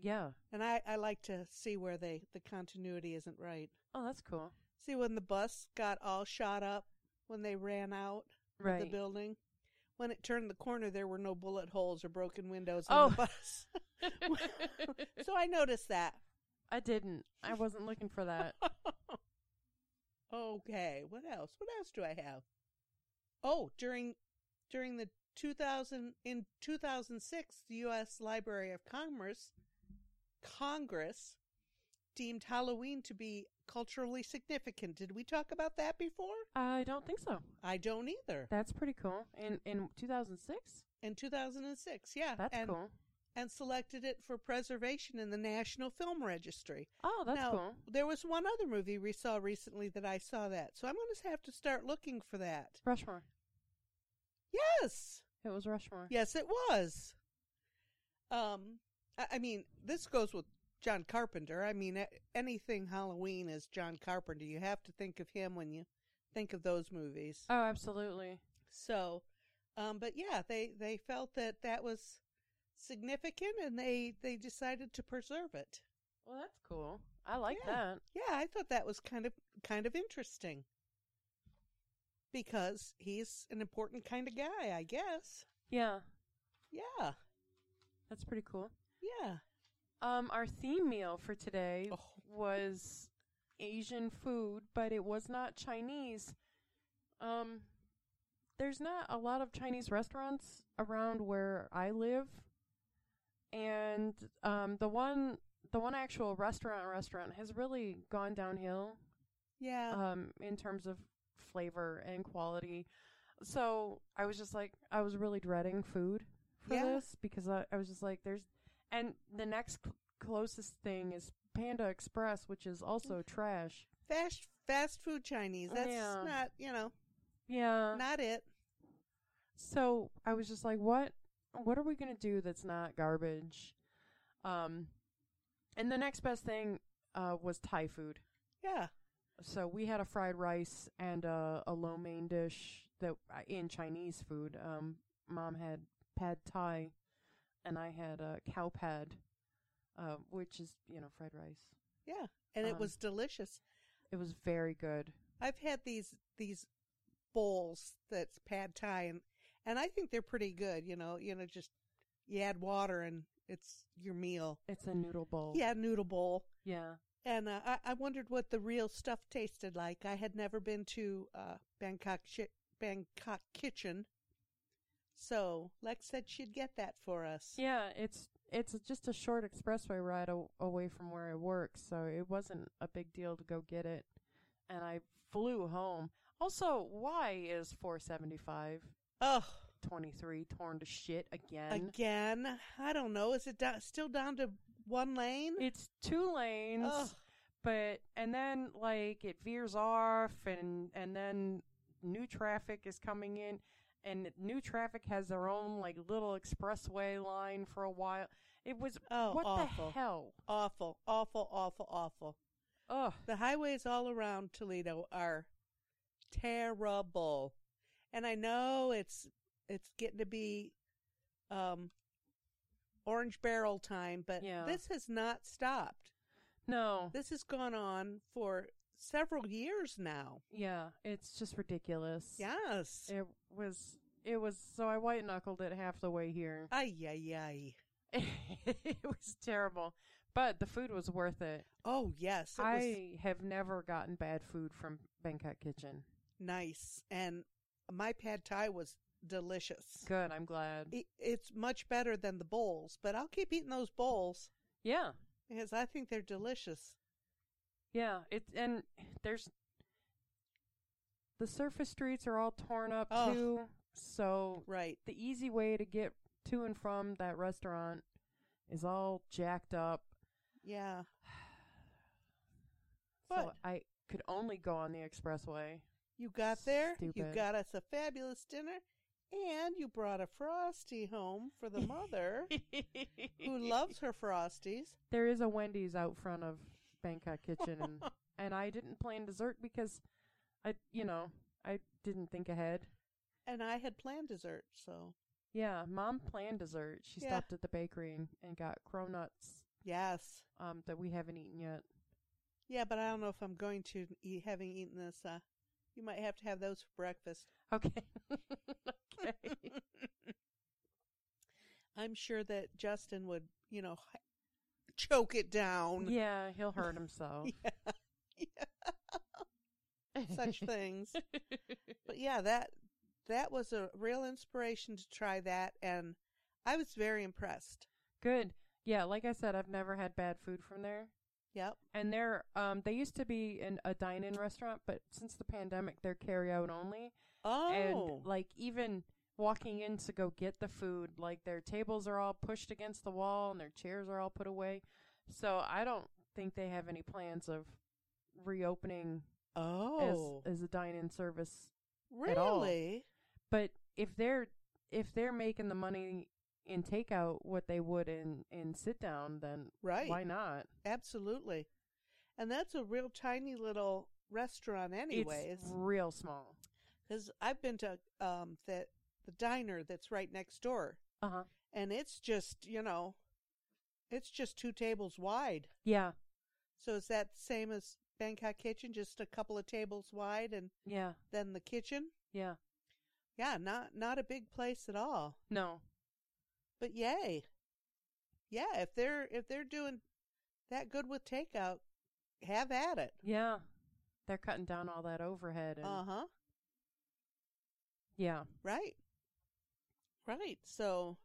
[SPEAKER 1] Yeah.
[SPEAKER 2] and i i like to see where they the continuity isn't right
[SPEAKER 1] Oh, that's cool.
[SPEAKER 2] see when the bus got all shot up when they ran out of the
[SPEAKER 1] Right.
[SPEAKER 2] building when it turned the corner there were no bullet holes or broken windows on
[SPEAKER 1] Oh.
[SPEAKER 2] the bus so i noticed that
[SPEAKER 1] I didn't. I wasn't looking for that.
[SPEAKER 2] okay what else what else do i have oh during during the 2000 in 2006 the US Library of Commerce Congress deemed Halloween to be culturally significant did we talk about that before
[SPEAKER 1] I don't think so.
[SPEAKER 2] I don't either
[SPEAKER 1] That's pretty cool. In in 2006.
[SPEAKER 2] in 2006 yeah
[SPEAKER 1] That's
[SPEAKER 2] and
[SPEAKER 1] cool.
[SPEAKER 2] and selected it for preservation in the National Film Registry
[SPEAKER 1] Oh, that's
[SPEAKER 2] now,
[SPEAKER 1] cool.
[SPEAKER 2] there was one other movie we saw recently that I saw that so I'm going to have to start looking for that
[SPEAKER 1] Rushmore.
[SPEAKER 2] Yes.
[SPEAKER 1] It was Rushmore.
[SPEAKER 2] Yes, it was. Um, I, I mean, this goes with John Carpenter. I mean, a- anything Halloween is John Carpenter. You have to think of him when you think of those movies.
[SPEAKER 1] Oh, absolutely.
[SPEAKER 2] So, um, but yeah, they they felt that that was significant, and they they decided to preserve it.
[SPEAKER 1] Well, that's cool. I like
[SPEAKER 2] Yeah.
[SPEAKER 1] that.
[SPEAKER 2] Yeah, I thought that was kind of kind of interesting because he's an important kind of guy, I guess.
[SPEAKER 1] Yeah.
[SPEAKER 2] Yeah,
[SPEAKER 1] That's pretty cool.
[SPEAKER 2] yeah.
[SPEAKER 1] Um, our theme meal for today
[SPEAKER 2] Oh.
[SPEAKER 1] was Asian food, but it was not Chinese. Um, there's not a lot of Chinese restaurants around where I live, and um, the one the one actual restaurant restaurant has really gone downhill
[SPEAKER 2] Yeah.
[SPEAKER 1] um, in terms of flavor and quality. So I was just like, I was really dreading food for
[SPEAKER 2] Yeah.
[SPEAKER 1] this because I, I was just like, there's, and the next cl- closest thing is Panda Express, which is also
[SPEAKER 2] Mm-hmm.
[SPEAKER 1] trash.
[SPEAKER 2] fast fast food Chinese. That's
[SPEAKER 1] Yeah. Uh.
[SPEAKER 2] not you know
[SPEAKER 1] Yeah.
[SPEAKER 2] not it.
[SPEAKER 1] so I was just like, what, what are we gonna do that's not garbage? Um, and the next best thing uh, was Thai food.
[SPEAKER 2] Yeah,
[SPEAKER 1] So we had a fried rice and a, a lo mein dish that uh, in Chinese food. Um, mom had pad thai, and I had a cow pad, uh, which is you know fried rice.
[SPEAKER 2] yeah, and it
[SPEAKER 1] Um,
[SPEAKER 2] was delicious.
[SPEAKER 1] It was very good.
[SPEAKER 2] I've had these these bowls that's pad thai and and I think they're pretty good. You know, you know, just you add water and It's your meal.
[SPEAKER 1] It's a noodle bowl.
[SPEAKER 2] Yeah, noodle bowl.
[SPEAKER 1] Yeah.
[SPEAKER 2] And uh, I, I wondered what the real stuff tasted like. I had never been to uh, Bangkok shi Bangkok Kitchen, so Lex said she'd get that for us.
[SPEAKER 1] Yeah, it's it's just a short expressway ride a- away from where I work, so it wasn't a big deal to go get it. And I flew home. Also, why is 475
[SPEAKER 2] Oh,
[SPEAKER 1] 23 torn to shit again?
[SPEAKER 2] again, I don't know. Is it do- still down to one lane?
[SPEAKER 1] It's two lanes,
[SPEAKER 2] Ugh.
[SPEAKER 1] but and then like it veers off and and then new traffic is coming in and new traffic has their own like little expressway line for a while. It was
[SPEAKER 2] Oh,
[SPEAKER 1] what
[SPEAKER 2] awful.
[SPEAKER 1] the hell?
[SPEAKER 2] awful, awful, awful, awful.
[SPEAKER 1] Ugh.
[SPEAKER 2] The highways all around Toledo are terrible. And I know it's it's getting to be um orange barrel time, but
[SPEAKER 1] Yeah.
[SPEAKER 2] this has not stopped.
[SPEAKER 1] No.
[SPEAKER 2] This has gone on for several years now.
[SPEAKER 1] Yeah, it's just ridiculous.
[SPEAKER 2] Yes.
[SPEAKER 1] It was it was so I white knuckled it half the way here.
[SPEAKER 2] Ay ay ay.
[SPEAKER 1] it was terrible. But the food was worth it.
[SPEAKER 2] Oh yes, it was
[SPEAKER 1] I have never gotten bad food from Bangkok Kitchen.
[SPEAKER 2] nice. And my pad thai was delicious.
[SPEAKER 1] Good, I'm glad.
[SPEAKER 2] It, it's much better than the bowls, but I'll keep eating those bowls
[SPEAKER 1] Yeah.
[SPEAKER 2] because I think they're delicious.
[SPEAKER 1] Yeah, it and there's the surface streets are all torn up
[SPEAKER 2] Ugh.
[SPEAKER 1] too. So
[SPEAKER 2] Right.
[SPEAKER 1] the easy way to get to and from that restaurant is all jacked up.
[SPEAKER 2] Yeah.
[SPEAKER 1] So
[SPEAKER 2] But-
[SPEAKER 1] I could only go on the expressway.
[SPEAKER 2] You got there. You
[SPEAKER 1] Stupid.
[SPEAKER 2] got us a fabulous dinner. And you brought a Frosty home for the mother who loves her Frosties.
[SPEAKER 1] There is a Wendy's out front of Bangkok Kitchen, and and I didn't plan dessert because I, you know, I didn't think ahead.
[SPEAKER 2] And I had planned dessert, so
[SPEAKER 1] Yeah, mom planned dessert. She
[SPEAKER 2] Yeah.
[SPEAKER 1] stopped at the bakery and, and got cronuts
[SPEAKER 2] yes.
[SPEAKER 1] um, that we haven't eaten yet.
[SPEAKER 2] Yeah, but I don't know if I'm going to eat, having eaten this. Uh, you might have to have those for breakfast.
[SPEAKER 1] Okay, okay.
[SPEAKER 2] I'm sure that Justin would, you know, choke it down.
[SPEAKER 1] yeah, he'll hurt himself.
[SPEAKER 2] Such things. but yeah, that that was a real inspiration to try that, and I was very impressed.
[SPEAKER 1] Good. Yeah, like I said, I've never had bad food from there.
[SPEAKER 2] Yep.
[SPEAKER 1] And they're um they used to be in a dine in restaurant, but since the pandemic they're carry out only.
[SPEAKER 2] Oh,
[SPEAKER 1] And like even walking in to go get the food, like their tables are all pushed against the wall and their chairs are all put away. So I don't think they have any plans of reopening
[SPEAKER 2] oh,
[SPEAKER 1] as as a dine in service. at all.
[SPEAKER 2] really?
[SPEAKER 1] But if they're if they're making the money in takeout what they would in, in sit down, then
[SPEAKER 2] Right.
[SPEAKER 1] why not?
[SPEAKER 2] Absolutely. And that's a real tiny little restaurant, anyways.
[SPEAKER 1] It's real small.
[SPEAKER 2] Because I've been to um that the diner that's right next door,
[SPEAKER 1] Uh huh.
[SPEAKER 2] and it's just you know, it's just two tables wide.
[SPEAKER 1] Yeah.
[SPEAKER 2] So is that the same as Bangkok Kitchen? Just a couple of tables wide, and
[SPEAKER 1] Yeah.
[SPEAKER 2] then the kitchen.
[SPEAKER 1] Yeah.
[SPEAKER 2] Yeah, not not a big place at all.
[SPEAKER 1] No.
[SPEAKER 2] But yay. Yeah, if they're if they're doing that good with takeout, have at it.
[SPEAKER 1] Yeah. They're cutting down all that overhead and
[SPEAKER 2] Uh huh.
[SPEAKER 1] yeah.
[SPEAKER 2] Right. Right. So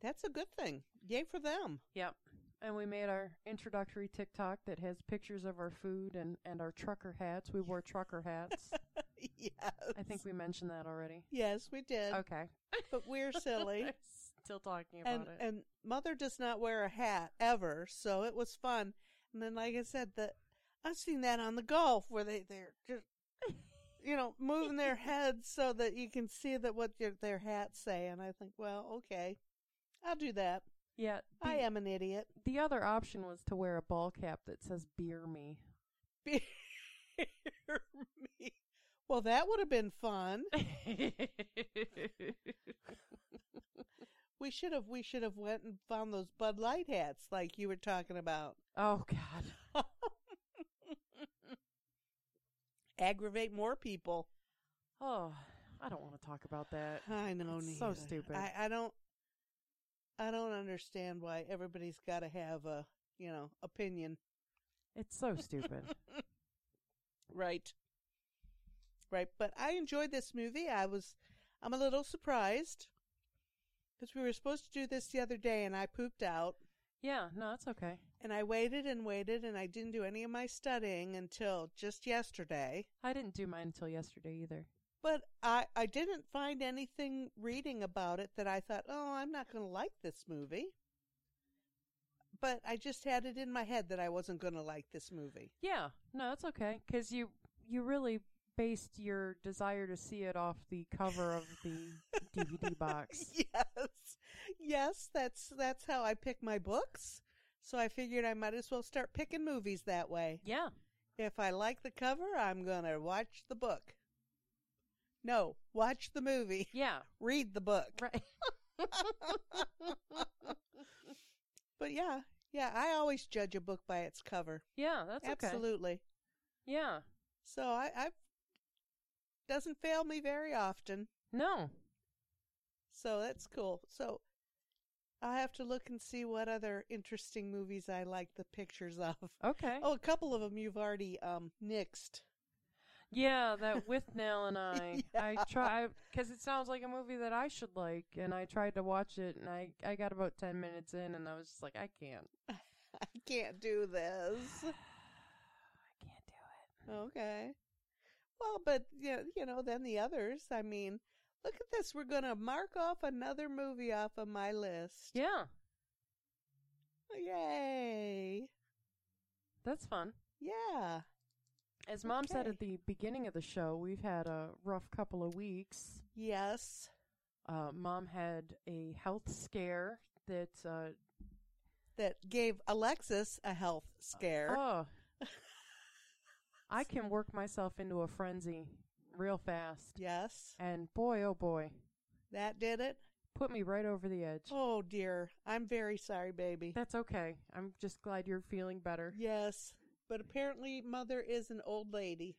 [SPEAKER 2] that's a good thing. Yay for them.
[SPEAKER 1] Yep. And we made our introductory TikTok that has pictures of our food and, and our trucker hats. We wore trucker hats.
[SPEAKER 2] yes.
[SPEAKER 1] I think we mentioned that already.
[SPEAKER 2] Yes, we did.
[SPEAKER 1] Okay.
[SPEAKER 2] But we're silly.
[SPEAKER 1] Still talking about
[SPEAKER 2] and
[SPEAKER 1] it.
[SPEAKER 2] and mother does not wear a hat ever, so it was fun. And then like I said, the I've seen that on the golf where they, they're just you know, moving their heads so that you can see that what your, their hats say. And I think, well, okay, I'll do that.
[SPEAKER 1] yeah. The,
[SPEAKER 2] I am an idiot.
[SPEAKER 1] The other option was to wear a ball cap that says beer me.
[SPEAKER 2] Beer me. Well, that would have been fun. We should have we should have went and found those Bud Light hats like you were talking about.
[SPEAKER 1] oh, God.
[SPEAKER 2] Aggravate more people.
[SPEAKER 1] Oh, I don't want to talk about that.
[SPEAKER 2] I know.
[SPEAKER 1] It's so
[SPEAKER 2] neither.
[SPEAKER 1] stupid.
[SPEAKER 2] I, I don't. I don't understand why everybody's got to have a, you know, opinion.
[SPEAKER 1] It's so stupid.
[SPEAKER 2] Right. Right. But I enjoyed this movie. I was, I'm a little surprised because we were supposed to do this the other day and I pooped out
[SPEAKER 1] yeah, no, it's okay.
[SPEAKER 2] and I waited and waited and I didn't do any of my studying until just yesterday.
[SPEAKER 1] I didn't do mine until yesterday either.
[SPEAKER 2] But I, I didn't find anything reading about it that I thought, oh, I'm not going to like this movie. But I just had it in my head that I wasn't going to like this movie.
[SPEAKER 1] Yeah, no, it's okay because you you really based your desire to see it off the cover of the DVD box.
[SPEAKER 2] Yes. Yes, that's that's how I pick my books. So I figured I might as well start picking movies that way.
[SPEAKER 1] Yeah,
[SPEAKER 2] If I like the cover, I'm going to watch the book. No, watch the movie.
[SPEAKER 1] yeah,
[SPEAKER 2] Read the book.
[SPEAKER 1] right.
[SPEAKER 2] But yeah, yeah, I always judge a book by its cover.
[SPEAKER 1] Yeah, that's okay.
[SPEAKER 2] Absolutely.
[SPEAKER 1] Yeah,
[SPEAKER 2] So I, I doesn't fail me very often.
[SPEAKER 1] no,
[SPEAKER 2] So that's cool. So I'll have to look and see what other interesting movies I like the pictures of.
[SPEAKER 1] okay.
[SPEAKER 2] Oh, a couple of them you've already um nixed.
[SPEAKER 1] Yeah, that with Nell and I. I
[SPEAKER 2] Yeah.
[SPEAKER 1] try because it sounds like a movie that I should like, and I tried to watch it, and I I got about ten minutes in, and I was just like, I can't,
[SPEAKER 2] I can't do this.
[SPEAKER 1] I can't do it.
[SPEAKER 2] Okay. Well, but yeah, you know, then the others. I mean, look at this. We're gonna mark off another movie off of my list. Oh,
[SPEAKER 1] Yeah,
[SPEAKER 2] Yay!
[SPEAKER 1] that's fun.
[SPEAKER 2] Yeah.
[SPEAKER 1] As Mom said at
[SPEAKER 2] Okay.
[SPEAKER 1] the beginning of the show, we've had a rough couple of weeks.
[SPEAKER 2] Yes.
[SPEAKER 1] Uh, Mom had a health scare that, uh,
[SPEAKER 2] That gave Alexis a health scare.
[SPEAKER 1] oh, I can work myself into a frenzy real fast.
[SPEAKER 2] Yes.
[SPEAKER 1] And boy, oh boy,
[SPEAKER 2] That did it.
[SPEAKER 1] put me right over the edge.
[SPEAKER 2] Oh dear. I'm very sorry, baby.
[SPEAKER 1] That's okay. I'm just glad you're feeling better.
[SPEAKER 2] Yes. But apparently mother is an old lady.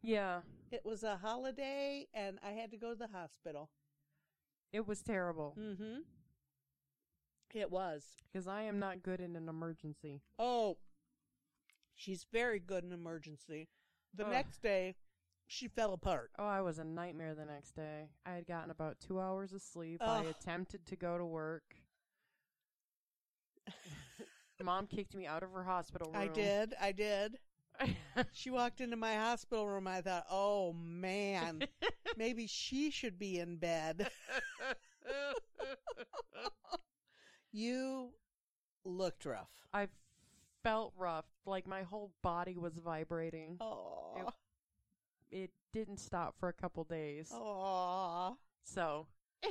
[SPEAKER 1] Yeah,
[SPEAKER 2] It was a holiday and I had to go to the hospital.
[SPEAKER 1] it was terrible
[SPEAKER 2] Mm-hmm. It was.
[SPEAKER 1] because I am not good in an emergency.
[SPEAKER 2] Oh. She's very good in emergency. The
[SPEAKER 1] Ugh.
[SPEAKER 2] next day she fell apart.
[SPEAKER 1] Oh, I was a nightmare the next day. I had gotten about two hours of sleep. I
[SPEAKER 2] Ugh.
[SPEAKER 1] attempted to go to work. Mom kicked me out of her hospital room.
[SPEAKER 2] I did. I did. She walked into my hospital room. I thought, oh man, maybe she should be in bed. you looked rough.
[SPEAKER 1] I felt rough. Like my whole body was vibrating.
[SPEAKER 2] Oh,
[SPEAKER 1] It didn't stop for a couple days.
[SPEAKER 2] oh.
[SPEAKER 1] So.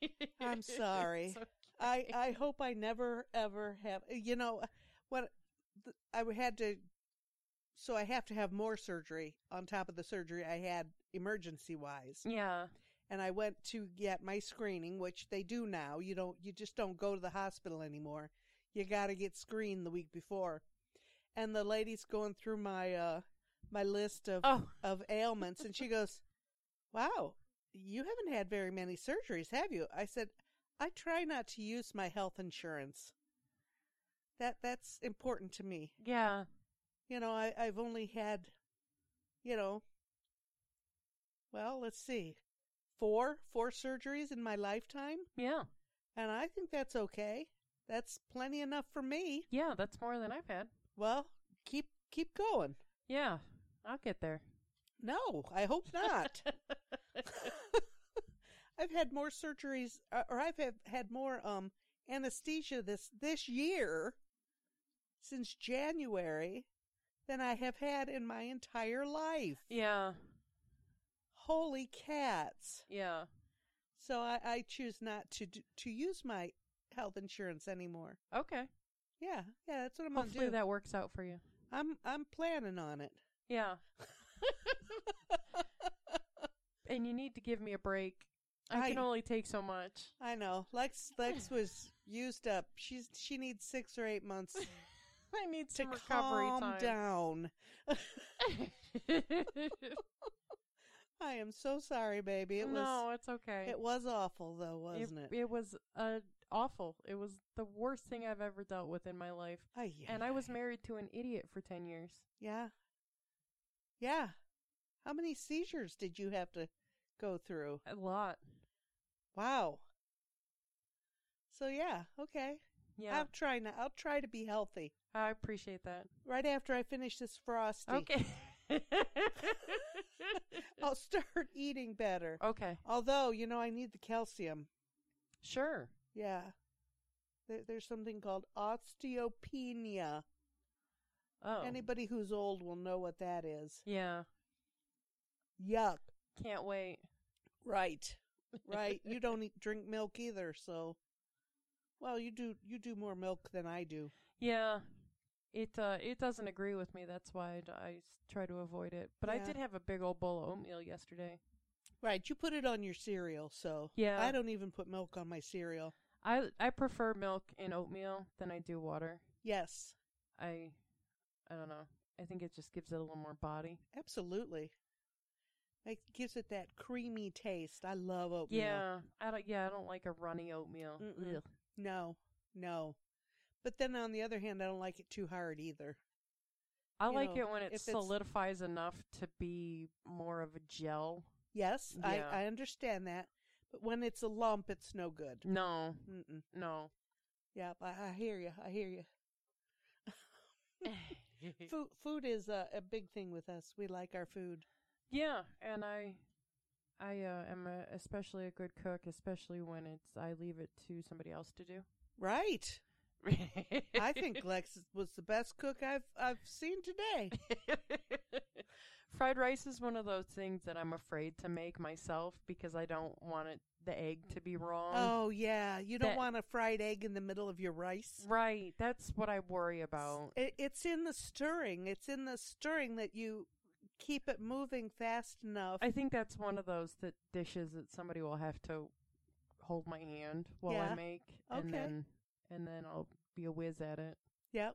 [SPEAKER 2] I'm sorry.
[SPEAKER 1] It's
[SPEAKER 2] I I hope I never ever have. You know, what th- I had to. So I have to have more surgery on top of the surgery I had emergency wise.
[SPEAKER 1] Yeah.
[SPEAKER 2] and I went to get my screening, which they do now. You don't, you just don't go to the hospital anymore. You got to get screened the week before. And the lady's going through my uh my list of
[SPEAKER 1] Oh,
[SPEAKER 2] of ailments, and she goes, "Wow, you haven't had very many surgeries, have you?" I said, "I try not to use my health insurance. That that's important to me.
[SPEAKER 1] yeah.
[SPEAKER 2] You know, I, I've only had, you know, well, let's see, four four surgeries in my lifetime,
[SPEAKER 1] Yeah.
[SPEAKER 2] and I think that's okay. That's plenty enough for me.
[SPEAKER 1] Yeah, that's more than I've had.
[SPEAKER 2] Well, keep keep going.
[SPEAKER 1] Yeah. I'll get there.
[SPEAKER 2] No, I hope not. I've had more surgeries, uh, or I've had, had more um anesthesia this this year since January than I have had in my entire life.
[SPEAKER 1] yeah.
[SPEAKER 2] Holy cats!
[SPEAKER 1] Yeah.
[SPEAKER 2] So I, I choose not to do, to use my health insurance anymore.
[SPEAKER 1] Okay.
[SPEAKER 2] Yeah, yeah, that's what I'm gonna
[SPEAKER 1] Hopefully
[SPEAKER 2] do.
[SPEAKER 1] that works out for you.
[SPEAKER 2] I'm I'm planning on it.
[SPEAKER 1] Yeah. and you need to give me a break. I,
[SPEAKER 2] I-
[SPEAKER 1] can only take so much.
[SPEAKER 2] I know Lex Lex was used up. She's she needs six or eight months
[SPEAKER 1] I need
[SPEAKER 2] to
[SPEAKER 1] some recovery
[SPEAKER 2] calm
[SPEAKER 1] time.
[SPEAKER 2] down. I am so sorry, baby. It was
[SPEAKER 1] no, it's okay.
[SPEAKER 2] it was awful though, wasn't it?
[SPEAKER 1] It was a awful. It was the worst thing I've ever dealt with in my life.
[SPEAKER 2] Ay, ay,
[SPEAKER 1] And I was
[SPEAKER 2] ay.
[SPEAKER 1] married to an idiot for 10 years.
[SPEAKER 2] Yeah. Yeah. How many seizures did you have to go through?
[SPEAKER 1] A lot.
[SPEAKER 2] Wow. So yeah, okay.
[SPEAKER 1] Yeah.
[SPEAKER 2] I'm trying to I'll try to be healthy
[SPEAKER 1] I appreciate that.
[SPEAKER 2] right after I finish this frosty.
[SPEAKER 1] Okay.
[SPEAKER 2] I'll start eating better.
[SPEAKER 1] okay.
[SPEAKER 2] Although, you know, I need the calcium.
[SPEAKER 1] Sure.
[SPEAKER 2] Yeah. There, there's something called osteopenia.
[SPEAKER 1] Oh.
[SPEAKER 2] Anybody who's old will know what that is.
[SPEAKER 1] yeah.
[SPEAKER 2] Yuck.
[SPEAKER 1] Can't wait.
[SPEAKER 2] Right. Right. you don't eat, drink milk either, so well, you do you do more milk than I do.
[SPEAKER 1] Yeah. It uh it doesn't agree with me. That's why I, I s- try to avoid it. But I
[SPEAKER 2] Yeah.
[SPEAKER 1] did have a big old bowl of oatmeal yesterday.
[SPEAKER 2] Right, you put it on your cereal, so
[SPEAKER 1] Yeah.
[SPEAKER 2] I don't even put milk on my cereal.
[SPEAKER 1] I I prefer milk and oatmeal than I do water.
[SPEAKER 2] Yes,
[SPEAKER 1] I I don't know. I think it just gives it a little more body.
[SPEAKER 2] absolutely. It gives it that creamy taste. I love oatmeal.
[SPEAKER 1] Yeah. I don't yeah, I don't like a runny oatmeal.
[SPEAKER 2] Mm-mm.
[SPEAKER 1] Ugh.
[SPEAKER 2] No, no. But then on the other hand, I don't like it too hard either.
[SPEAKER 1] I
[SPEAKER 2] You
[SPEAKER 1] like
[SPEAKER 2] know,
[SPEAKER 1] it when it
[SPEAKER 2] if it's-
[SPEAKER 1] solidifies enough to be more of a gel.
[SPEAKER 2] Yes,
[SPEAKER 1] Yeah.
[SPEAKER 2] I, I understand that. But when it's a lump, it's no good.
[SPEAKER 1] No,
[SPEAKER 2] Mm-mm.
[SPEAKER 1] no.
[SPEAKER 2] Yeah, I, I hear you. I hear you. Food, food is a, a big thing with us. We like our food.
[SPEAKER 1] yeah, and I I uh, am a, especially a good cook, especially when it's I leave it to somebody else to do.
[SPEAKER 2] Right. I think Lex was the best cook I've I've seen today.
[SPEAKER 1] fried rice is one of those things that I'm afraid to make myself because I don't want it the egg to be wrong.
[SPEAKER 2] Oh yeah, you don't
[SPEAKER 1] that-
[SPEAKER 2] want a fried egg in the middle of your rice.
[SPEAKER 1] Right, that's what I worry about.
[SPEAKER 2] It, it's in the stirring. It's in the stirring that you keep it moving fast enough.
[SPEAKER 1] I think that's one of those that dishes that somebody will have to hold my hand while
[SPEAKER 2] Yeah.
[SPEAKER 1] I make, and
[SPEAKER 2] Okay.
[SPEAKER 1] then and then I'll be a whiz at it.
[SPEAKER 2] Yep.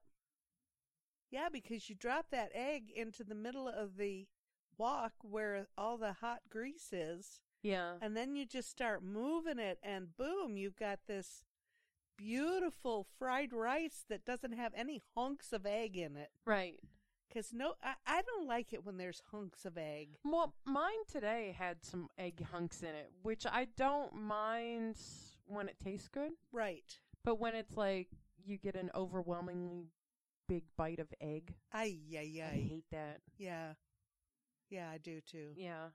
[SPEAKER 2] Yeah, because you drop that egg into the middle of the wok where all the hot grease is,
[SPEAKER 1] Yeah,
[SPEAKER 2] and then you just start moving it, and boom, you've got this beautiful fried rice that doesn't have any hunks of egg in it.
[SPEAKER 1] right.
[SPEAKER 2] Because no, I, I don't like it when there's hunks of egg.
[SPEAKER 1] Well, mine today had some egg hunks in it, which I don't mind when it tastes good,
[SPEAKER 2] Right.
[SPEAKER 1] but when it's like you get an overwhelmingly big bite of egg,
[SPEAKER 2] Ay, ay,
[SPEAKER 1] I
[SPEAKER 2] ay.
[SPEAKER 1] hate that.
[SPEAKER 2] Yeah. Yeah, I do too.
[SPEAKER 1] Yeah,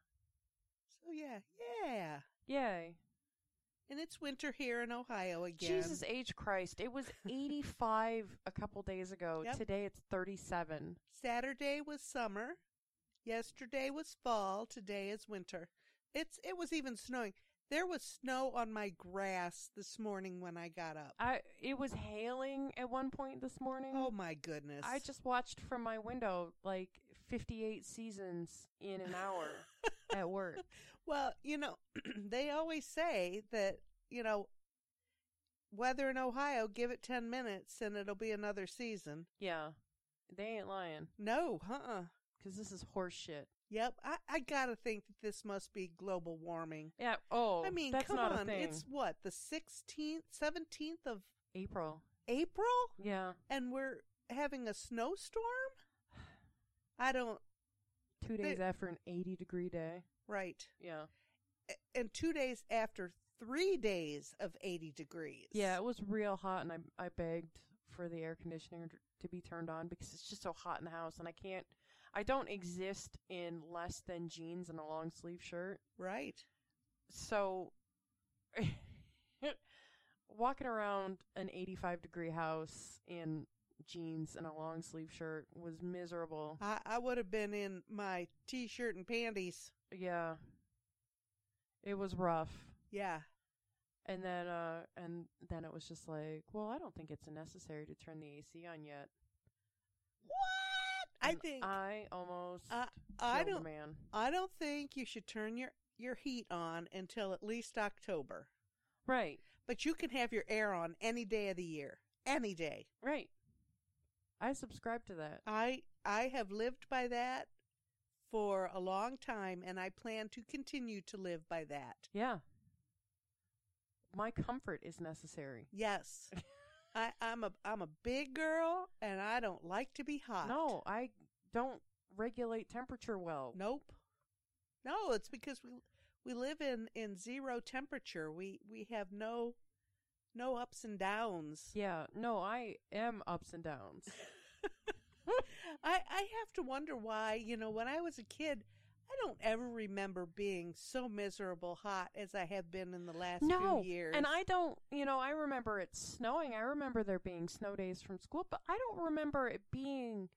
[SPEAKER 2] So yeah, yeah.
[SPEAKER 1] yay.
[SPEAKER 2] And it's winter here in Ohio again.
[SPEAKER 1] Jesus H Christ! It was eighty-five a couple days ago.
[SPEAKER 2] Yep.
[SPEAKER 1] Today it's thirty-seven.
[SPEAKER 2] Saturday was summer. Yesterday was fall. Today is winter. It's it was even snowing. There was snow on my grass this morning when I got up.
[SPEAKER 1] I it was hailing at one point this morning.
[SPEAKER 2] oh my goodness.
[SPEAKER 1] I just watched from my window like 58 seasons in an hour at work.
[SPEAKER 2] Well, you know, they always say that, you know, weather in Ohio, give it 10 minutes and it'll be another season.
[SPEAKER 1] Yeah. They ain't lying
[SPEAKER 2] No, uh uh
[SPEAKER 1] cuz this is horse shit.
[SPEAKER 2] Yep, I, I gotta think that this must be global warming.
[SPEAKER 1] Yeah. Oh,
[SPEAKER 2] I mean,
[SPEAKER 1] that's
[SPEAKER 2] come
[SPEAKER 1] not
[SPEAKER 2] on,
[SPEAKER 1] a thing.
[SPEAKER 2] it's what, the 16th, 17th of
[SPEAKER 1] April.
[SPEAKER 2] April?
[SPEAKER 1] Yeah.
[SPEAKER 2] And we're having a snowstorm? I don't,
[SPEAKER 1] 2 days after an 80 degree day.
[SPEAKER 2] right.
[SPEAKER 1] Yeah.
[SPEAKER 2] A- And two days after three days of 80 degrees.
[SPEAKER 1] Yeah, it was real hot and I I begged for the air conditioner t- to be turned on because it's just so hot in the house and I can't I don't exist in less than jeans and a long sleeve shirt.
[SPEAKER 2] Right.
[SPEAKER 1] so walking around an 85 degree house in jeans and a long sleeve shirt was miserable.
[SPEAKER 2] I, I would have been in my t shirt and panties.
[SPEAKER 1] Yeah. It was rough.
[SPEAKER 2] Yeah.
[SPEAKER 1] And then uh and then it was just like, well, I don't think it's necessary to turn the AC on yet.
[SPEAKER 2] What? I
[SPEAKER 1] And
[SPEAKER 2] think I,
[SPEAKER 1] I almost
[SPEAKER 2] I- I
[SPEAKER 1] killed a
[SPEAKER 2] don't-
[SPEAKER 1] man.
[SPEAKER 2] don't think you should turn your your heat on until at least October.
[SPEAKER 1] Right.
[SPEAKER 2] But you can have your air on any day of the year. Any day.
[SPEAKER 1] Right. I subscribe to that.
[SPEAKER 2] I I have lived by that for a long time and I plan to continue to live by that.
[SPEAKER 1] Yeah. my comfort is necessary.
[SPEAKER 2] Yes. I, I'm a I'm a big girl and I don't like to be hot.
[SPEAKER 1] No, I don't regulate temperature well.
[SPEAKER 2] Nope. No, it's because we we live in in zero temperature. We we have no no ups and downs.
[SPEAKER 1] Yeah, no, I am ups and downs.
[SPEAKER 2] I I have to wonder why, you know, when I was a kid, I don't ever remember being so miserable hot as I have been in the last
[SPEAKER 1] no,
[SPEAKER 2] few years.
[SPEAKER 1] and I don't, you know, I remember it snowing. I remember there being snow days from school, but I don't remember it being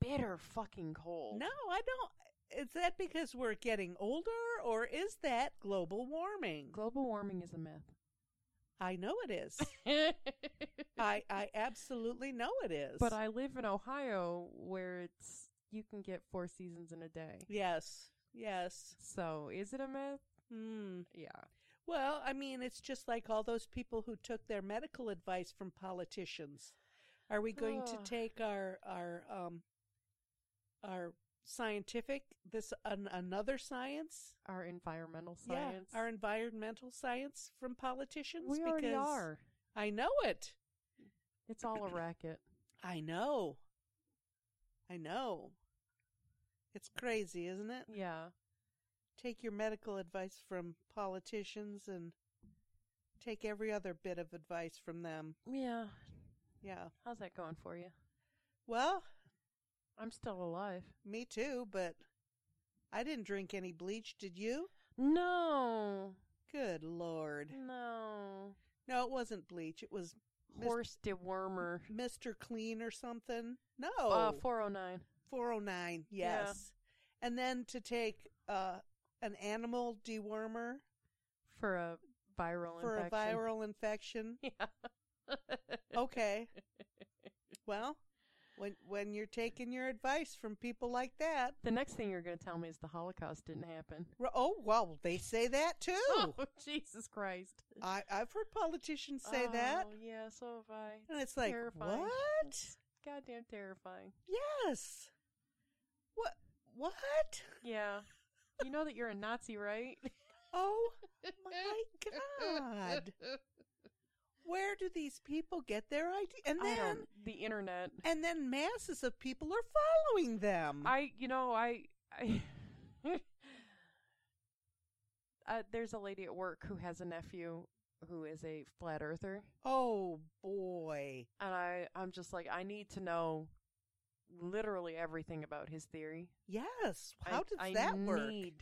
[SPEAKER 1] bitter fucking cold.
[SPEAKER 2] No, I don't. Is that because we're getting older or is that global warming?
[SPEAKER 1] Global warming is a
[SPEAKER 2] I know it is.
[SPEAKER 1] myth.
[SPEAKER 2] I I absolutely know it is.
[SPEAKER 1] but I live in Ohio where it's you can get four seasons in a day.
[SPEAKER 2] Yes. Yes.
[SPEAKER 1] So, is it a myth?
[SPEAKER 2] Hmm.
[SPEAKER 1] Yeah.
[SPEAKER 2] Well, I mean, it's just like all those people who took their medical advice from politicians. Are we going to
[SPEAKER 1] Ugh.
[SPEAKER 2] take our our um our scientific this an, another science?
[SPEAKER 1] Our environmental science.
[SPEAKER 2] Yeah, our environmental science from politicians.
[SPEAKER 1] we already are.
[SPEAKER 2] I know it.
[SPEAKER 1] It's all a racket.
[SPEAKER 2] I know. I know. It's crazy, isn't it?
[SPEAKER 1] Yeah.
[SPEAKER 2] Take your medical advice from politicians and take every other bit of advice from them.
[SPEAKER 1] Yeah.
[SPEAKER 2] Yeah.
[SPEAKER 1] How's that going for you?
[SPEAKER 2] Well,
[SPEAKER 1] I'm still alive.
[SPEAKER 2] me too, but I didn't drink any bleach, did you?
[SPEAKER 1] No.
[SPEAKER 2] Good lord.
[SPEAKER 1] No.
[SPEAKER 2] No, it wasn't bleach. It was Mis-
[SPEAKER 1] Horse dewormer.
[SPEAKER 2] Mr. Clean or something. No.
[SPEAKER 1] Uh, 409.
[SPEAKER 2] 409.
[SPEAKER 1] Yeah.
[SPEAKER 2] Yes. And then to take uh an animal dewormer
[SPEAKER 1] For a viral
[SPEAKER 2] for
[SPEAKER 1] infection.
[SPEAKER 2] a viral infection.
[SPEAKER 1] Yeah.
[SPEAKER 2] okay. Well, when when you're taking your advice from people like that,
[SPEAKER 1] the next thing you're going to tell me is the Holocaust didn't happen.
[SPEAKER 2] r- oh well, they say that too.
[SPEAKER 1] Oh, Jesus Christ.
[SPEAKER 2] I I've heard politicians say that,
[SPEAKER 1] Oh, yeah, so have I.
[SPEAKER 2] and it's like
[SPEAKER 1] terrifying.
[SPEAKER 2] what?
[SPEAKER 1] It's goddamn terrifying.
[SPEAKER 2] Yes. What? What?
[SPEAKER 1] Yeah. You know that you're a Nazi, right?
[SPEAKER 2] Oh my God! Where do these people get their idea? And
[SPEAKER 1] I
[SPEAKER 2] then
[SPEAKER 1] don't. The internet.
[SPEAKER 2] and then masses of people are following them.
[SPEAKER 1] I, you know, I, I uh, there's a lady at work who has a nephew who is a flat earther,
[SPEAKER 2] oh boy.
[SPEAKER 1] and I, I'm just like, I need to know literally everything about his theory.
[SPEAKER 2] Yes.
[SPEAKER 1] I-
[SPEAKER 2] How does
[SPEAKER 1] I
[SPEAKER 2] that work?
[SPEAKER 1] need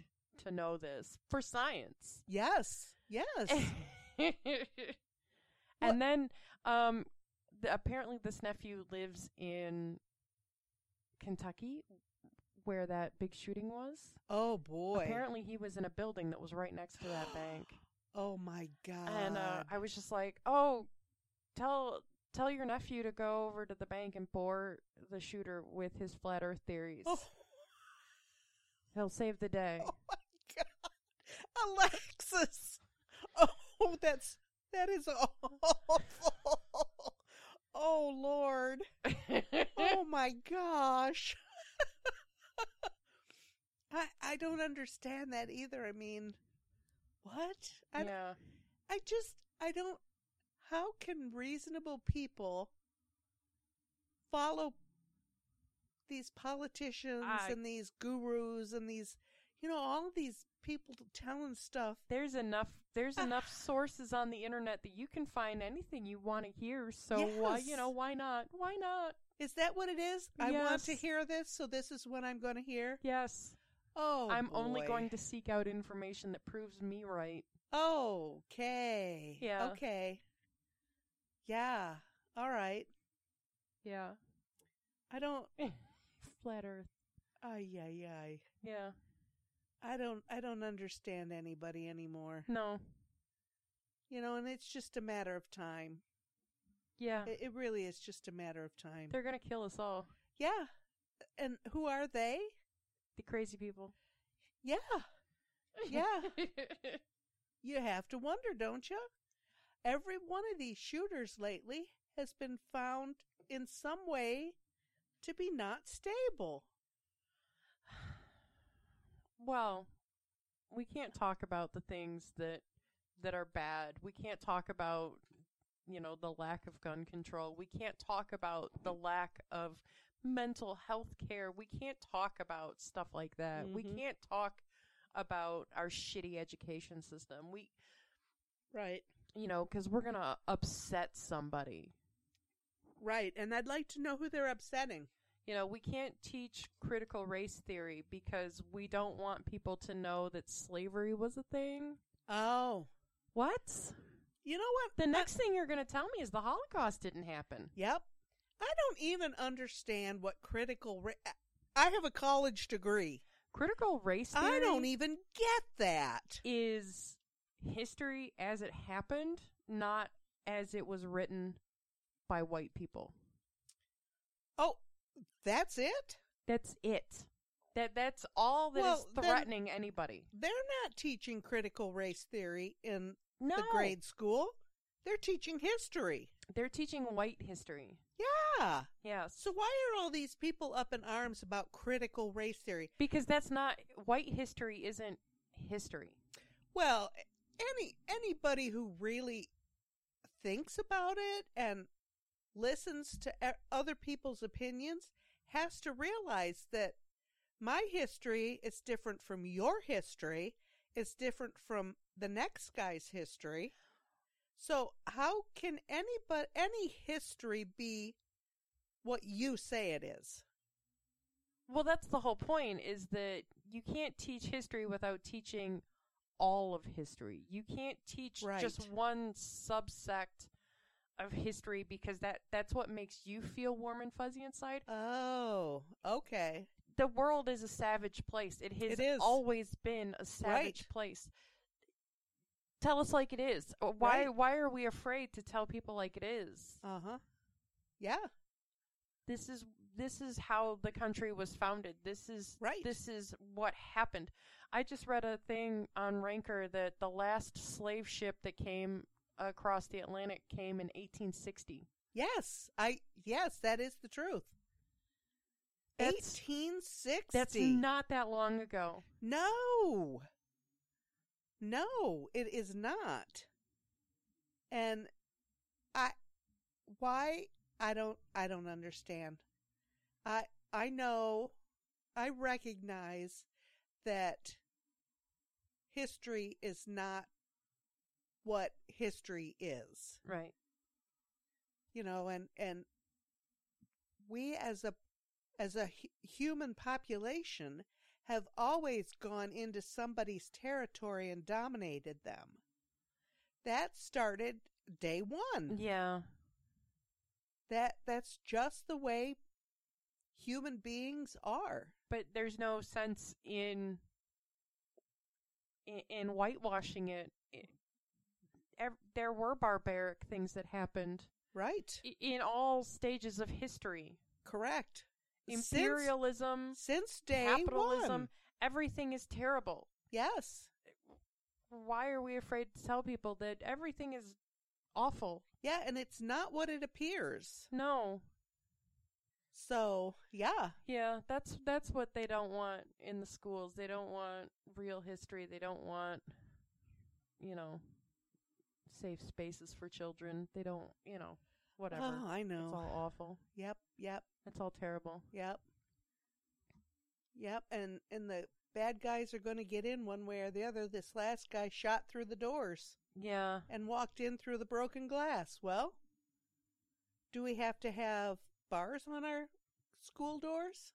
[SPEAKER 1] to know this for science.
[SPEAKER 2] Yes. Yes. What-
[SPEAKER 1] and then, um, the, apparently this nephew lives in Kentucky, where that big shooting was.
[SPEAKER 2] oh boy.
[SPEAKER 1] Apparently, he was in a building that was right next to that bank,
[SPEAKER 2] Oh my god.
[SPEAKER 1] and uh, I was just like, "Oh, tell tell your nephew to go over to the bank and bore the shooter with his flat Earth theories.
[SPEAKER 2] oh,
[SPEAKER 1] He'll save the day."
[SPEAKER 2] oh my god. Alexis. Oh, that's that is awful. Oh lord. Oh my gosh. I I don't understand that either. I mean, what? I
[SPEAKER 1] yeah,
[SPEAKER 2] I just I don't how can reasonable people follow these politicians
[SPEAKER 1] I-
[SPEAKER 2] and these gurus and these you know all of these people telling stuff
[SPEAKER 1] there's enough there's
[SPEAKER 2] Ah.
[SPEAKER 1] enough sources on the internet that you can find anything you want to hear. So why you
[SPEAKER 2] Yes.
[SPEAKER 1] know why not? Why not?
[SPEAKER 2] is that what it is i want to
[SPEAKER 1] Yes.
[SPEAKER 2] hear this so this is what i'm going to hear
[SPEAKER 1] Yes,
[SPEAKER 2] oh
[SPEAKER 1] I'm only
[SPEAKER 2] boy.
[SPEAKER 1] going to seek out information that proves me right.
[SPEAKER 2] okay
[SPEAKER 1] Yeah.
[SPEAKER 2] okay yeah all right
[SPEAKER 1] Yeah,
[SPEAKER 2] i don't
[SPEAKER 1] flat Earth.
[SPEAKER 2] ay ay ay
[SPEAKER 1] Yeah,
[SPEAKER 2] i don't i don't understand anybody anymore
[SPEAKER 1] no,
[SPEAKER 2] you know and it's just a matter of time
[SPEAKER 1] yeah.
[SPEAKER 2] It, it really is just a matter of time.
[SPEAKER 1] They're gonna kill us all.
[SPEAKER 2] yeah. And who are they?
[SPEAKER 1] The crazy people.
[SPEAKER 2] Yeah. Yeah. You have to wonder, don't you? Every one of these shooters lately has been found in some way to be not stable.
[SPEAKER 1] well, we can't talk about the things that that are bad. We can't talk about, you know, the lack of gun control. We can't talk about the lack of mental health care. We can't talk about stuff like that. We
[SPEAKER 2] Mhm.
[SPEAKER 1] can't talk about our shitty education system. We,
[SPEAKER 2] Right.
[SPEAKER 1] you know, because we're going to upset somebody.
[SPEAKER 2] Right. And I'd like to know who they're upsetting.
[SPEAKER 1] You know, we can't teach critical race theory because we don't want people to know that slavery was a thing.
[SPEAKER 2] Oh.
[SPEAKER 1] What?
[SPEAKER 2] You know what?
[SPEAKER 1] The next thing you're going to tell me is the Holocaust didn't happen.
[SPEAKER 2] Yep. I don't even understand what critical ra- I have a college degree.
[SPEAKER 1] Critical race theory
[SPEAKER 2] I don't e-, even get that.
[SPEAKER 1] is history as it happened, not as it was written by white people.
[SPEAKER 2] Oh, that's it?
[SPEAKER 1] That's it. That that's all that is
[SPEAKER 2] Well, then-
[SPEAKER 1] threatening anybody.
[SPEAKER 2] They're not teaching critical race theory in
[SPEAKER 1] No.
[SPEAKER 2] the grade school. They're teaching history.
[SPEAKER 1] They're teaching white history.
[SPEAKER 2] Yeah.
[SPEAKER 1] Yes.
[SPEAKER 2] So why are all these people up in arms about critical race theory?
[SPEAKER 1] Because that's not white history isn't history.
[SPEAKER 2] Well, any anybody who really thinks about it and listens to e- other people's opinions has to realize that my history is different from your history. It's different from the next guy's history. So how can anybody any history be what you say it is?
[SPEAKER 1] Well, that's the whole point is that you can't teach history without teaching all of history. You can't teach just
[SPEAKER 2] Right.
[SPEAKER 1] one subsect of history because that that's what makes you feel warm and fuzzy inside.
[SPEAKER 2] Oh, okay.
[SPEAKER 1] The world is a savage place. It has
[SPEAKER 2] It is.
[SPEAKER 1] always been a savage
[SPEAKER 2] Right.
[SPEAKER 1] place. Tell us like it is. Or Why
[SPEAKER 2] Right.
[SPEAKER 1] why are we afraid to tell people like it is?
[SPEAKER 2] Uh-huh. Yeah.
[SPEAKER 1] this is this is how the country was founded. This is
[SPEAKER 2] Right.
[SPEAKER 1] This is what happened. I just read a thing on Ranker that the last slave ship that came across the Atlantic came in 1860.
[SPEAKER 2] Yes, I yes, that is the truth.
[SPEAKER 1] That's-
[SPEAKER 2] Eighteen sixty.
[SPEAKER 1] That's not that long ago.
[SPEAKER 2] no, no, it is not. And I, why I don't I don't understand. I I know, I recognize that history is not what history is.
[SPEAKER 1] Right.
[SPEAKER 2] you know and and we as a as a hu- human population have always gone into somebody's territory and dominated them that started day 1
[SPEAKER 1] Yeah.
[SPEAKER 2] that that's just the way human beings are
[SPEAKER 1] But there's no sense in in, in whitewashing it. It- ev- There were barbaric things that happened
[SPEAKER 2] right
[SPEAKER 1] i- in all stages of history.
[SPEAKER 2] correct Since-
[SPEAKER 1] Imperialism,
[SPEAKER 2] since, day
[SPEAKER 1] capitalism,
[SPEAKER 2] 1
[SPEAKER 1] everything is terrible.
[SPEAKER 2] yes
[SPEAKER 1] Why are we afraid to tell people that everything is awful?
[SPEAKER 2] yeah and it's not what it appears
[SPEAKER 1] No.
[SPEAKER 2] so yeah
[SPEAKER 1] Yeah, that's that's what they don't want in the schools. They don't want real history. They don't want you know safe spaces for children. They don't, you know, whatever.
[SPEAKER 2] oh i know
[SPEAKER 1] It's all awful.
[SPEAKER 2] yep yep
[SPEAKER 1] It's all terrible.
[SPEAKER 2] Yep. Yep, and and the bad guys are going to get in one way or the other. This last guy shot through the doors
[SPEAKER 1] Yeah.
[SPEAKER 2] and walked in through the broken glass. Well, do we have to have bars on our school doors?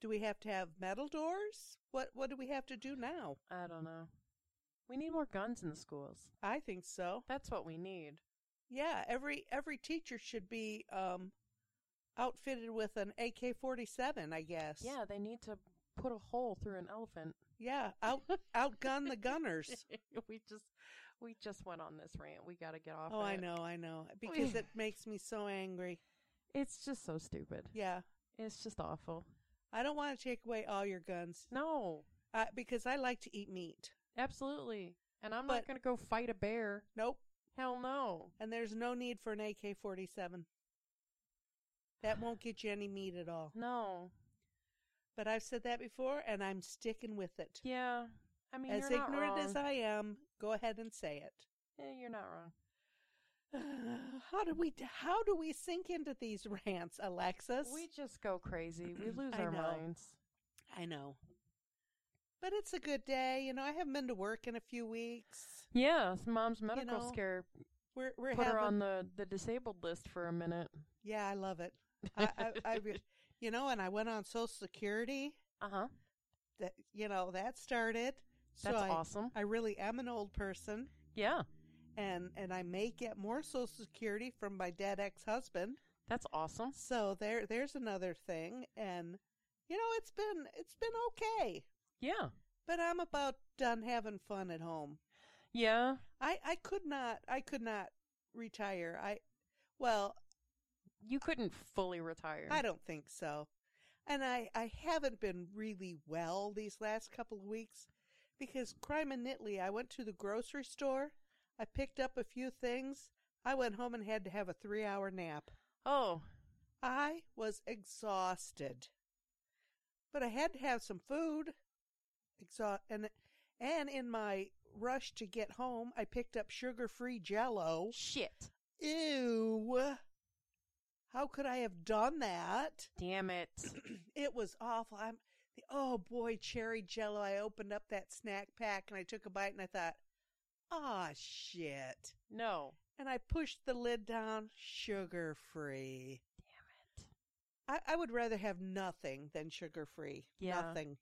[SPEAKER 2] Do we have to have metal doors? What what do we have to do now?
[SPEAKER 1] I don't know. We need more guns in the schools.
[SPEAKER 2] I think so.
[SPEAKER 1] That's what we need.
[SPEAKER 2] Yeah, every every teacher should be um outfitted with an AK-47, I guess.
[SPEAKER 1] Yeah, they need to put a hole through an elephant.
[SPEAKER 2] Yeah, out outgun the gunners.
[SPEAKER 1] we just we just went on this rant. We got to get off.
[SPEAKER 2] Oh,
[SPEAKER 1] it.
[SPEAKER 2] I know, I know. Because it makes me so angry.
[SPEAKER 1] It's just so stupid.
[SPEAKER 2] Yeah.
[SPEAKER 1] It's just awful.
[SPEAKER 2] I don't want to take away all your guns
[SPEAKER 1] No,
[SPEAKER 2] uh, because I like to eat meat.
[SPEAKER 1] absolutely. And I'm not
[SPEAKER 2] But-
[SPEAKER 1] going to go fight a bear.
[SPEAKER 2] Nope.
[SPEAKER 1] Hell no.
[SPEAKER 2] And there's no need for an AK 47. That won't get you any meat at all.
[SPEAKER 1] No.
[SPEAKER 2] But I've said that before and I'm sticking with it.
[SPEAKER 1] Yeah. I mean,
[SPEAKER 2] as
[SPEAKER 1] you're not
[SPEAKER 2] ignorant
[SPEAKER 1] wrong.
[SPEAKER 2] as I am, go ahead and say it.
[SPEAKER 1] Eh, you're not wrong.
[SPEAKER 2] how do we how do we sink into these rants, Alexis?
[SPEAKER 1] We just go crazy. We lose
[SPEAKER 2] I
[SPEAKER 1] our
[SPEAKER 2] know.
[SPEAKER 1] minds.
[SPEAKER 2] I know. But it's a good day. You know, I haven't been to work in a few weeks.
[SPEAKER 1] Yeah, s- mom's medical
[SPEAKER 2] know,
[SPEAKER 1] scare
[SPEAKER 2] We're we're
[SPEAKER 1] put
[SPEAKER 2] having
[SPEAKER 1] her on the, the disabled list for a minute.
[SPEAKER 2] Yeah, I love it. I, I, I re- you know, and I went on Social Security.
[SPEAKER 1] Uh huh.
[SPEAKER 2] That you know, that started. Uh-huh. So
[SPEAKER 1] That's
[SPEAKER 2] I,
[SPEAKER 1] awesome.
[SPEAKER 2] I really am an old person
[SPEAKER 1] Yeah,
[SPEAKER 2] and and I may get more social security from my dead ex-husband.
[SPEAKER 1] that's awesome.
[SPEAKER 2] So there there's another thing and you know, it's been it's been okay.
[SPEAKER 1] Yeah,
[SPEAKER 2] But I'm about done having fun at home.
[SPEAKER 1] yeah.
[SPEAKER 2] I I could not I could not retire. I well,
[SPEAKER 1] You couldn't fully retire.
[SPEAKER 2] I don't think so. And I, I haven't been really well these last couple of weeks because crime and nitley, I went to the grocery store, I picked up a few things, I went home and had to have a three hour nap.
[SPEAKER 1] oh,
[SPEAKER 2] I was exhausted. But I had to have some food. Exha- and and in my rush to get home, I picked up sugar free jello.
[SPEAKER 1] shit!
[SPEAKER 2] Ew. How could I have done that?
[SPEAKER 1] Damn it!
[SPEAKER 2] It was awful. I'm the oh boy, cherry jello. I opened up that snack pack and I took a bite and I thought, ah shit.
[SPEAKER 1] No.
[SPEAKER 2] And I pushed the lid down, sugar free. Damn it. I, I would rather have nothing than sugar free.
[SPEAKER 1] Yeah.
[SPEAKER 2] Nothing.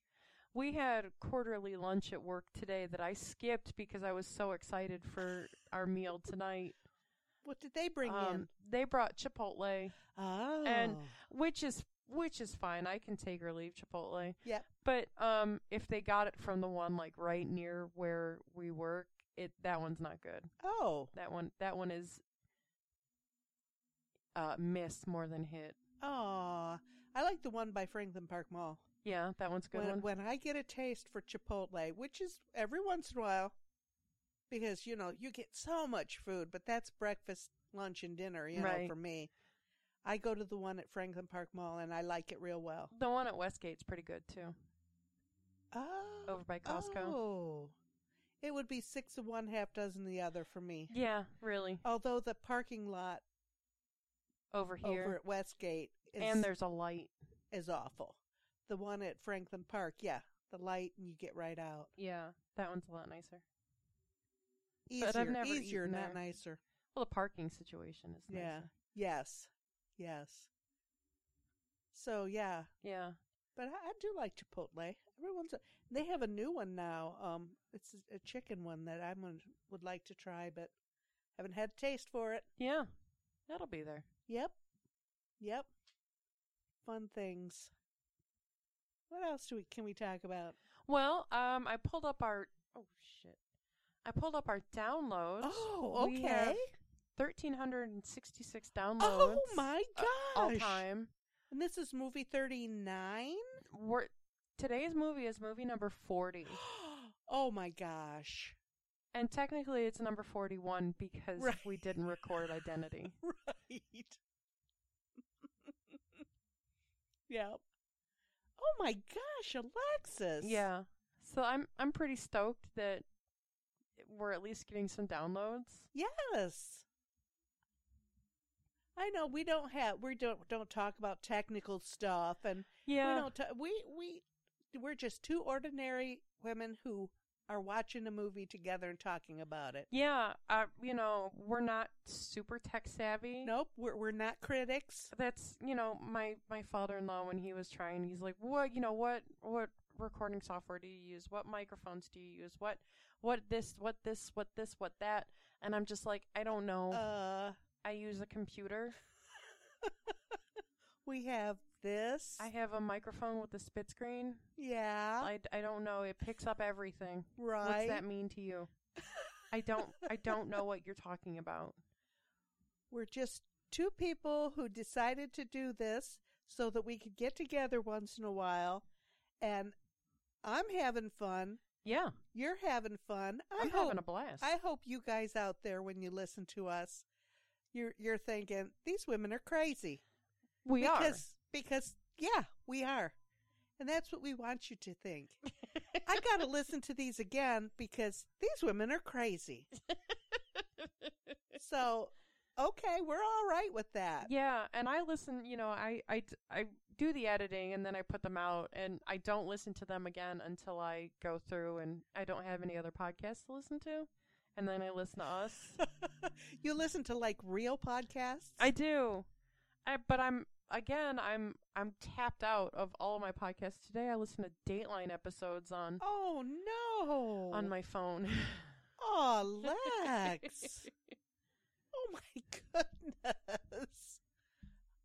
[SPEAKER 1] We had quarterly lunch at work today that I skipped because I was so excited for our meal tonight. Um,
[SPEAKER 2] What did they bring in?
[SPEAKER 1] They brought Chipotle,
[SPEAKER 2] Oh.
[SPEAKER 1] and which is which is fine. I can take or leave Chipotle.
[SPEAKER 2] yep.
[SPEAKER 1] But um, if they got it from the one like right near where we work, it that one's not good.
[SPEAKER 2] Oh.
[SPEAKER 1] That one that one is uh miss more than hit.
[SPEAKER 2] Oh. Aw. I like the one by Franklin Park Mall.
[SPEAKER 1] Yeah, that one's a good
[SPEAKER 2] when,
[SPEAKER 1] one.
[SPEAKER 2] when I get a taste for Chipotle, which is every once in a while, because you know you get so much food, but that's breakfast, lunch, and dinner. You know,
[SPEAKER 1] Right.
[SPEAKER 2] for me, I go to the one at Franklin Park Mall, and I like it real well.
[SPEAKER 1] The one at Westgate's pretty good too.
[SPEAKER 2] Oh,
[SPEAKER 1] Over by Costco.
[SPEAKER 2] Oh, it would be six of one, half dozen the other for me.
[SPEAKER 1] Yeah, really.
[SPEAKER 2] Although the parking lot
[SPEAKER 1] Over
[SPEAKER 2] over
[SPEAKER 1] here.
[SPEAKER 2] at Westgate is
[SPEAKER 1] and there's a light.
[SPEAKER 2] is awful. The one at Franklin Park, yeah, the light and you get right out.
[SPEAKER 1] Yeah, that one's a lot nicer.
[SPEAKER 2] Easier,
[SPEAKER 1] But I've never
[SPEAKER 2] easier,
[SPEAKER 1] eaten
[SPEAKER 2] not
[SPEAKER 1] there.
[SPEAKER 2] nicer.
[SPEAKER 1] Well, the parking situation is nicer.
[SPEAKER 2] Yeah. Yes. Yes. So yeah,
[SPEAKER 1] Yeah.
[SPEAKER 2] but I, I do like Chipotle. Everyone's they have a new one now. Um, it's a, a chicken one that I am would like to try, but haven't had a taste for it.
[SPEAKER 1] Yeah. That'll be there.
[SPEAKER 2] Yep. Yep. Fun things. What else do we can we talk about?
[SPEAKER 1] Well, um, I pulled up our oh shit, I pulled up our downloads.
[SPEAKER 2] Oh,
[SPEAKER 1] We have
[SPEAKER 2] okay.
[SPEAKER 1] Thirteen hundred and sixty-six downloads.
[SPEAKER 2] Oh my gosh!
[SPEAKER 1] All time.
[SPEAKER 2] And this is movie thirty nine.
[SPEAKER 1] We're, today's movie is movie number forty,
[SPEAKER 2] oh my gosh!
[SPEAKER 1] and technically it's number forty-one because
[SPEAKER 2] Right.
[SPEAKER 1] we didn't record Identity.
[SPEAKER 2] Right. yep. Oh my gosh, Alexis.
[SPEAKER 1] yeah, so I'm I'm pretty stoked that we're at least getting some downloads.
[SPEAKER 2] Yes. I know we don't have we don't don't talk about technical stuff and we
[SPEAKER 1] Yeah,
[SPEAKER 2] don't ta- we we we're just two ordinary women who are watching a movie together and talking about it.
[SPEAKER 1] yeah. Uh, you know, we're not super tech savvy.
[SPEAKER 2] Nope, we're we're not critics.
[SPEAKER 1] that's you know my my father-in-law when he was trying he's like what you know what what recording software do you use what microphones do you use what what this what this what this what that and i'm just like i don't know
[SPEAKER 2] Uh
[SPEAKER 1] i use a computer
[SPEAKER 2] we have this.
[SPEAKER 1] i have a microphone with a spit screen
[SPEAKER 2] yeah.
[SPEAKER 1] I, I don't know it picks up everything
[SPEAKER 2] right.
[SPEAKER 1] what's that mean to you i don't i don't know what you're talking about
[SPEAKER 2] We're just two people who decided to do this so that we could get together once in a while. And I'm having fun.
[SPEAKER 1] yeah
[SPEAKER 2] You're having fun. I
[SPEAKER 1] i'm
[SPEAKER 2] hope,
[SPEAKER 1] having a blast
[SPEAKER 2] I hope you guys out there, when you listen to us, you're you're thinking these women are crazy.
[SPEAKER 1] we
[SPEAKER 2] because,
[SPEAKER 1] are
[SPEAKER 2] because yeah, we are. And that's what we want you to think. I got to listen to these again because these women are crazy. so, okay, we're all right with that.
[SPEAKER 1] Yeah, and I listen, you know, I, I, d- I do the editing and then I put them out, and I don't listen to them again until I go through and I don't have any other podcasts to listen to. And then I listen to us.
[SPEAKER 2] you listen to like real podcasts?
[SPEAKER 1] I do. I, but I'm again I'm I'm tapped out of all my podcasts today. I listen to Dateline episodes on
[SPEAKER 2] Oh no.
[SPEAKER 1] on my phone.
[SPEAKER 2] Oh, Lex. oh my goodness.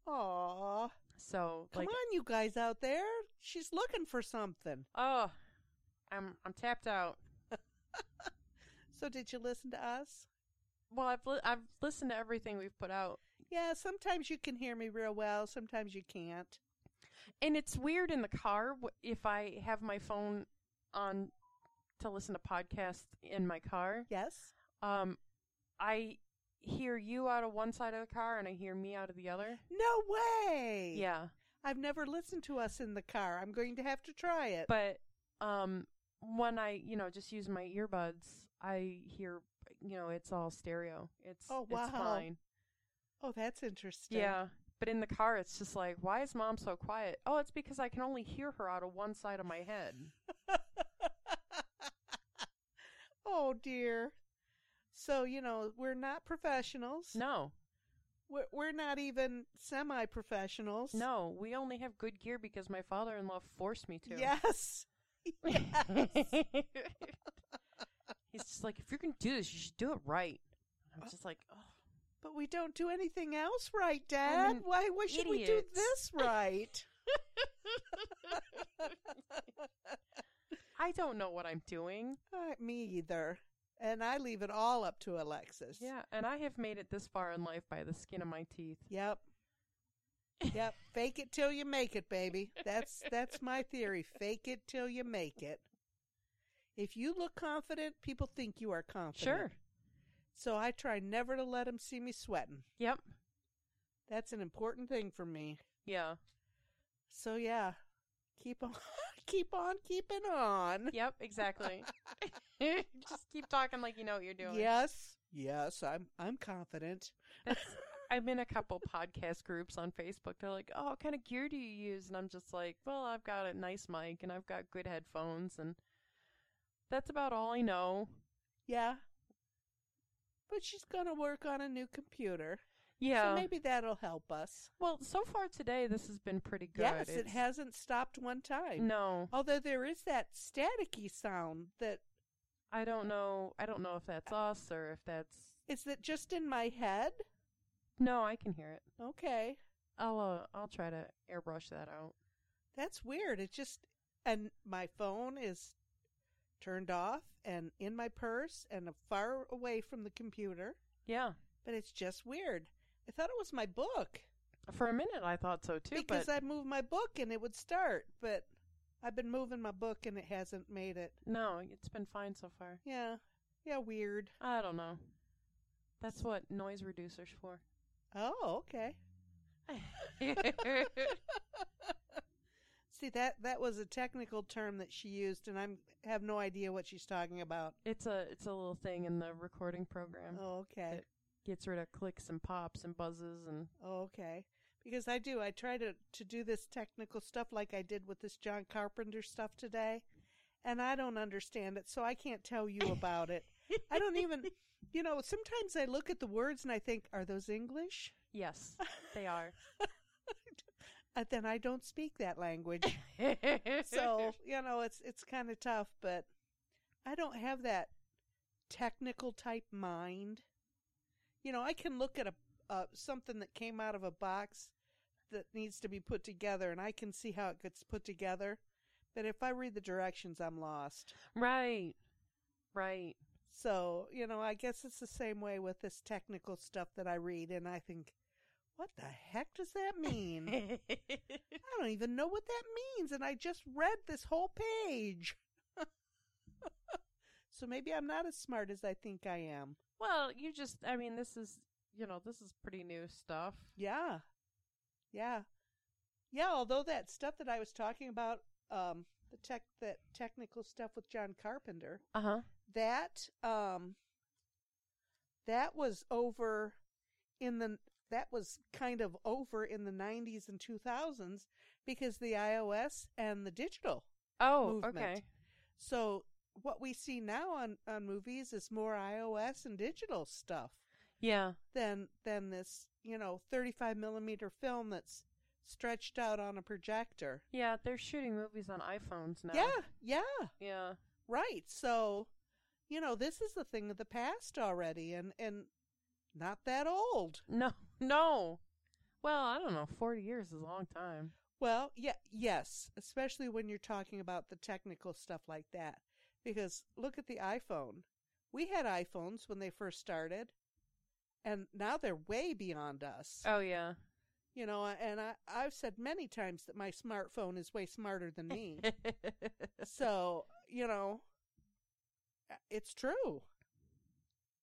[SPEAKER 2] Aw.
[SPEAKER 1] so
[SPEAKER 2] Come
[SPEAKER 1] like
[SPEAKER 2] on, you guys out there. She's looking for something.
[SPEAKER 1] oh I'm I'm tapped out.
[SPEAKER 2] So, did you listen to us?
[SPEAKER 1] Well, I've li- I've listened to everything we've put out,
[SPEAKER 2] Yeah, sometimes you can hear me real well, sometimes you can't.
[SPEAKER 1] and it's weird in the car w- if I have my phone on to listen to podcasts in my car.
[SPEAKER 2] Yes?
[SPEAKER 1] Um, I hear you out of one side of the car, and I hear me out of the other.
[SPEAKER 2] No way.
[SPEAKER 1] Yeah,
[SPEAKER 2] I've never listened to us in the car. I'm going to have to try it.
[SPEAKER 1] but um, when I you know just use my earbuds, I hear you know it's all stereo. It's
[SPEAKER 2] Oh,
[SPEAKER 1] it's
[SPEAKER 2] wow.
[SPEAKER 1] fine.
[SPEAKER 2] oh, that's interesting.
[SPEAKER 1] Yeah. But in the car, it's just like, why is mom so quiet? Oh, it's because I can only hear her out of one side of my head.
[SPEAKER 2] oh dear. So, you know, we're not professionals.
[SPEAKER 1] No,
[SPEAKER 2] We're, we're not even semi professionals.
[SPEAKER 1] No, we only have good gear because my father in law forced me to.
[SPEAKER 2] Yes. yes.
[SPEAKER 1] He's just like, if you're going to do this, you should do it right. I'm just like, oh,
[SPEAKER 2] but we don't do anything else right, Dad.
[SPEAKER 1] an
[SPEAKER 2] Why why should we do
[SPEAKER 1] idiot.
[SPEAKER 2] this right?
[SPEAKER 1] I don't know what I'm doing.
[SPEAKER 2] Uh, me either. And I leave it all up to Alexis.
[SPEAKER 1] Yeah, and I have made it this far in life by the skin of my teeth.
[SPEAKER 2] Yep. Yep. Fake it till you make it, baby. That's that's my theory. Fake it till you make it. If you look confident, people think you are confident.
[SPEAKER 1] Sure.
[SPEAKER 2] So I try never to let them see me sweating.
[SPEAKER 1] Yep.
[SPEAKER 2] That's an important thing for me.
[SPEAKER 1] Yeah.
[SPEAKER 2] So yeah, keep on, keep on, keeping on.
[SPEAKER 1] Yep, exactly. just keep talking like you know what you're doing.
[SPEAKER 2] Yes, yes, I'm I'm confident.
[SPEAKER 1] That's, I'm in a couple podcast groups on Facebook. They're like, "Oh, what kind of gear do you use?" And I'm just like, "Well, I've got a nice mic and I've got good headphones, and that's about all I know."
[SPEAKER 2] Yeah, but she's gonna work on a new computer.
[SPEAKER 1] Yeah.
[SPEAKER 2] so maybe that'll help us.
[SPEAKER 1] well, so far today, this has been pretty good.
[SPEAKER 2] Yes, it
[SPEAKER 1] It's-
[SPEAKER 2] hasn't stopped one time.
[SPEAKER 1] No,
[SPEAKER 2] Although there is that staticky sound that
[SPEAKER 1] I don't know. I don't know if that's us or if that's.
[SPEAKER 2] is that just in my head?
[SPEAKER 1] No, I can hear it.
[SPEAKER 2] Okay.
[SPEAKER 1] I'll uh, I'll try to airbrush that out.
[SPEAKER 2] That's weird. It just and my phone is turned off and in my purse and far away from the computer,
[SPEAKER 1] Yeah.
[SPEAKER 2] but it's just weird. I thought it was my book
[SPEAKER 1] For a minute, I thought so too,
[SPEAKER 2] because
[SPEAKER 1] but
[SPEAKER 2] I moved my book and it would start, but I've been moving my book and it hasn't made it.
[SPEAKER 1] no, it's been fine so far.
[SPEAKER 2] Yeah. Yeah, weird.
[SPEAKER 1] I don't know. That's what noise reducers for.
[SPEAKER 2] Oh, okay. See that that was a technical term that she used and I'm have no idea what she's talking about.
[SPEAKER 1] it's a it's a little thing in the recording program.
[SPEAKER 2] Oh, okay.
[SPEAKER 1] Uh-huh. It- Gets rid of clicks and pops and buzzes and
[SPEAKER 2] Oh, okay. Because I do. I try to, to do this technical stuff like I did with this John Carpenter stuff today. And I don't understand it, so I can't tell you about it. I don't even, you know, sometimes I look at the words and I think, are those English?
[SPEAKER 1] yes, they are.
[SPEAKER 2] And Uh, then I don't speak that language. so, you know, it's, it's kind of tough, but I don't have that technical type mind. You know, I can look at a, uh, something that came out of a box that needs to be put together and I can see how it gets put together. But if I read the directions, I'm lost.
[SPEAKER 1] right, right.
[SPEAKER 2] So, you know, I guess it's the same way with this technical stuff that I read and I think, what the heck does that mean? I don't even know what that means. And I just read this whole page. so maybe I'm not as smart as I think I am.
[SPEAKER 1] well, you just I mean this is you know this is pretty new stuff.
[SPEAKER 2] Yeah. Yeah. Yeah. Although that stuff that I was talking about um, the tech that technical stuff with John Carpenter.
[SPEAKER 1] Uh huh.
[SPEAKER 2] That um, that was over in the that was kind of over in the 90s and 2000s because the iOS and the digital.
[SPEAKER 1] Oh,
[SPEAKER 2] Movement.
[SPEAKER 1] okay.
[SPEAKER 2] So what we see now on on movies is more iOS and digital stuff.
[SPEAKER 1] Yeah.
[SPEAKER 2] than than this you know 35 millimeter film that's stretched out on a projector
[SPEAKER 1] Yeah, they're shooting movies on iPhones now.
[SPEAKER 2] yeah yeah
[SPEAKER 1] Yeah.
[SPEAKER 2] right so you know this is a thing of the past already and and not that old
[SPEAKER 1] No. No. Well, I don't know. 40 years is a long time.
[SPEAKER 2] well yeah yes especially when you're talking about the technical stuff like that because look at the iphone we had iphones when they first started and now they're way beyond us
[SPEAKER 1] Oh, yeah.
[SPEAKER 2] you know and I, i've said many times that my smartphone is way smarter than me so you know it's true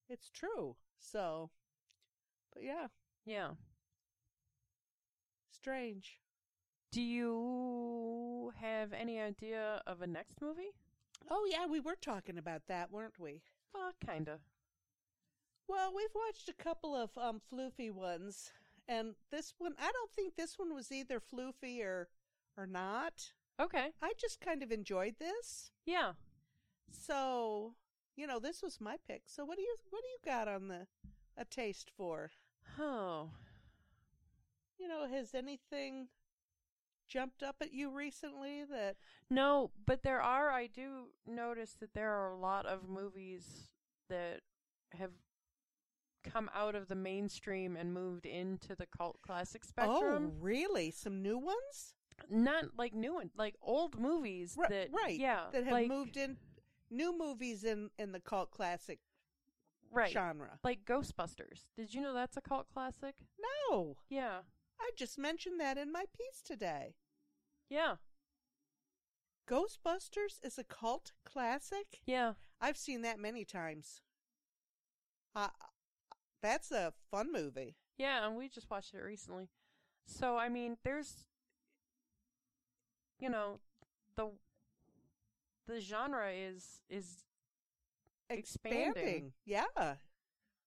[SPEAKER 2] it's true so but yeah
[SPEAKER 1] yeah.
[SPEAKER 2] strange
[SPEAKER 1] Do you have any idea of a next movie?
[SPEAKER 2] oh yeah we were talking about that weren't we
[SPEAKER 1] Well, kind of.
[SPEAKER 2] well we've watched a couple of um floofy ones and this one i don't think this one was either floofy or or not
[SPEAKER 1] Okay.
[SPEAKER 2] i just kind of enjoyed this
[SPEAKER 1] Yeah.
[SPEAKER 2] so you know this was my pick so what do you what do you got on the a taste for
[SPEAKER 1] Oh.
[SPEAKER 2] you know, has anything jumped up at you recently that
[SPEAKER 1] No, but there are, I do notice that there are a lot of movies that have come out of the mainstream and moved into the cult classic spectrum.
[SPEAKER 2] Oh, really? Some new ones?
[SPEAKER 1] Not like new ones, like old movies
[SPEAKER 2] Oh. Ri-
[SPEAKER 1] that,
[SPEAKER 2] right.
[SPEAKER 1] Yeah.
[SPEAKER 2] That have
[SPEAKER 1] like-
[SPEAKER 2] moved in new movies in in the cult classic
[SPEAKER 1] right.
[SPEAKER 2] genre.
[SPEAKER 1] Like Ghostbusters. Did you know that's a cult classic?
[SPEAKER 2] No.
[SPEAKER 1] Yeah.
[SPEAKER 2] I just mentioned that in my piece today.
[SPEAKER 1] Yeah.
[SPEAKER 2] Ghostbusters is a cult classic?
[SPEAKER 1] Yeah.
[SPEAKER 2] I've seen that many times. Uh, that's a fun movie.
[SPEAKER 1] Yeah, and we just watched it recently. So I mean, there's you know, the the genre is is Expanding.
[SPEAKER 2] Expanding. Yeah.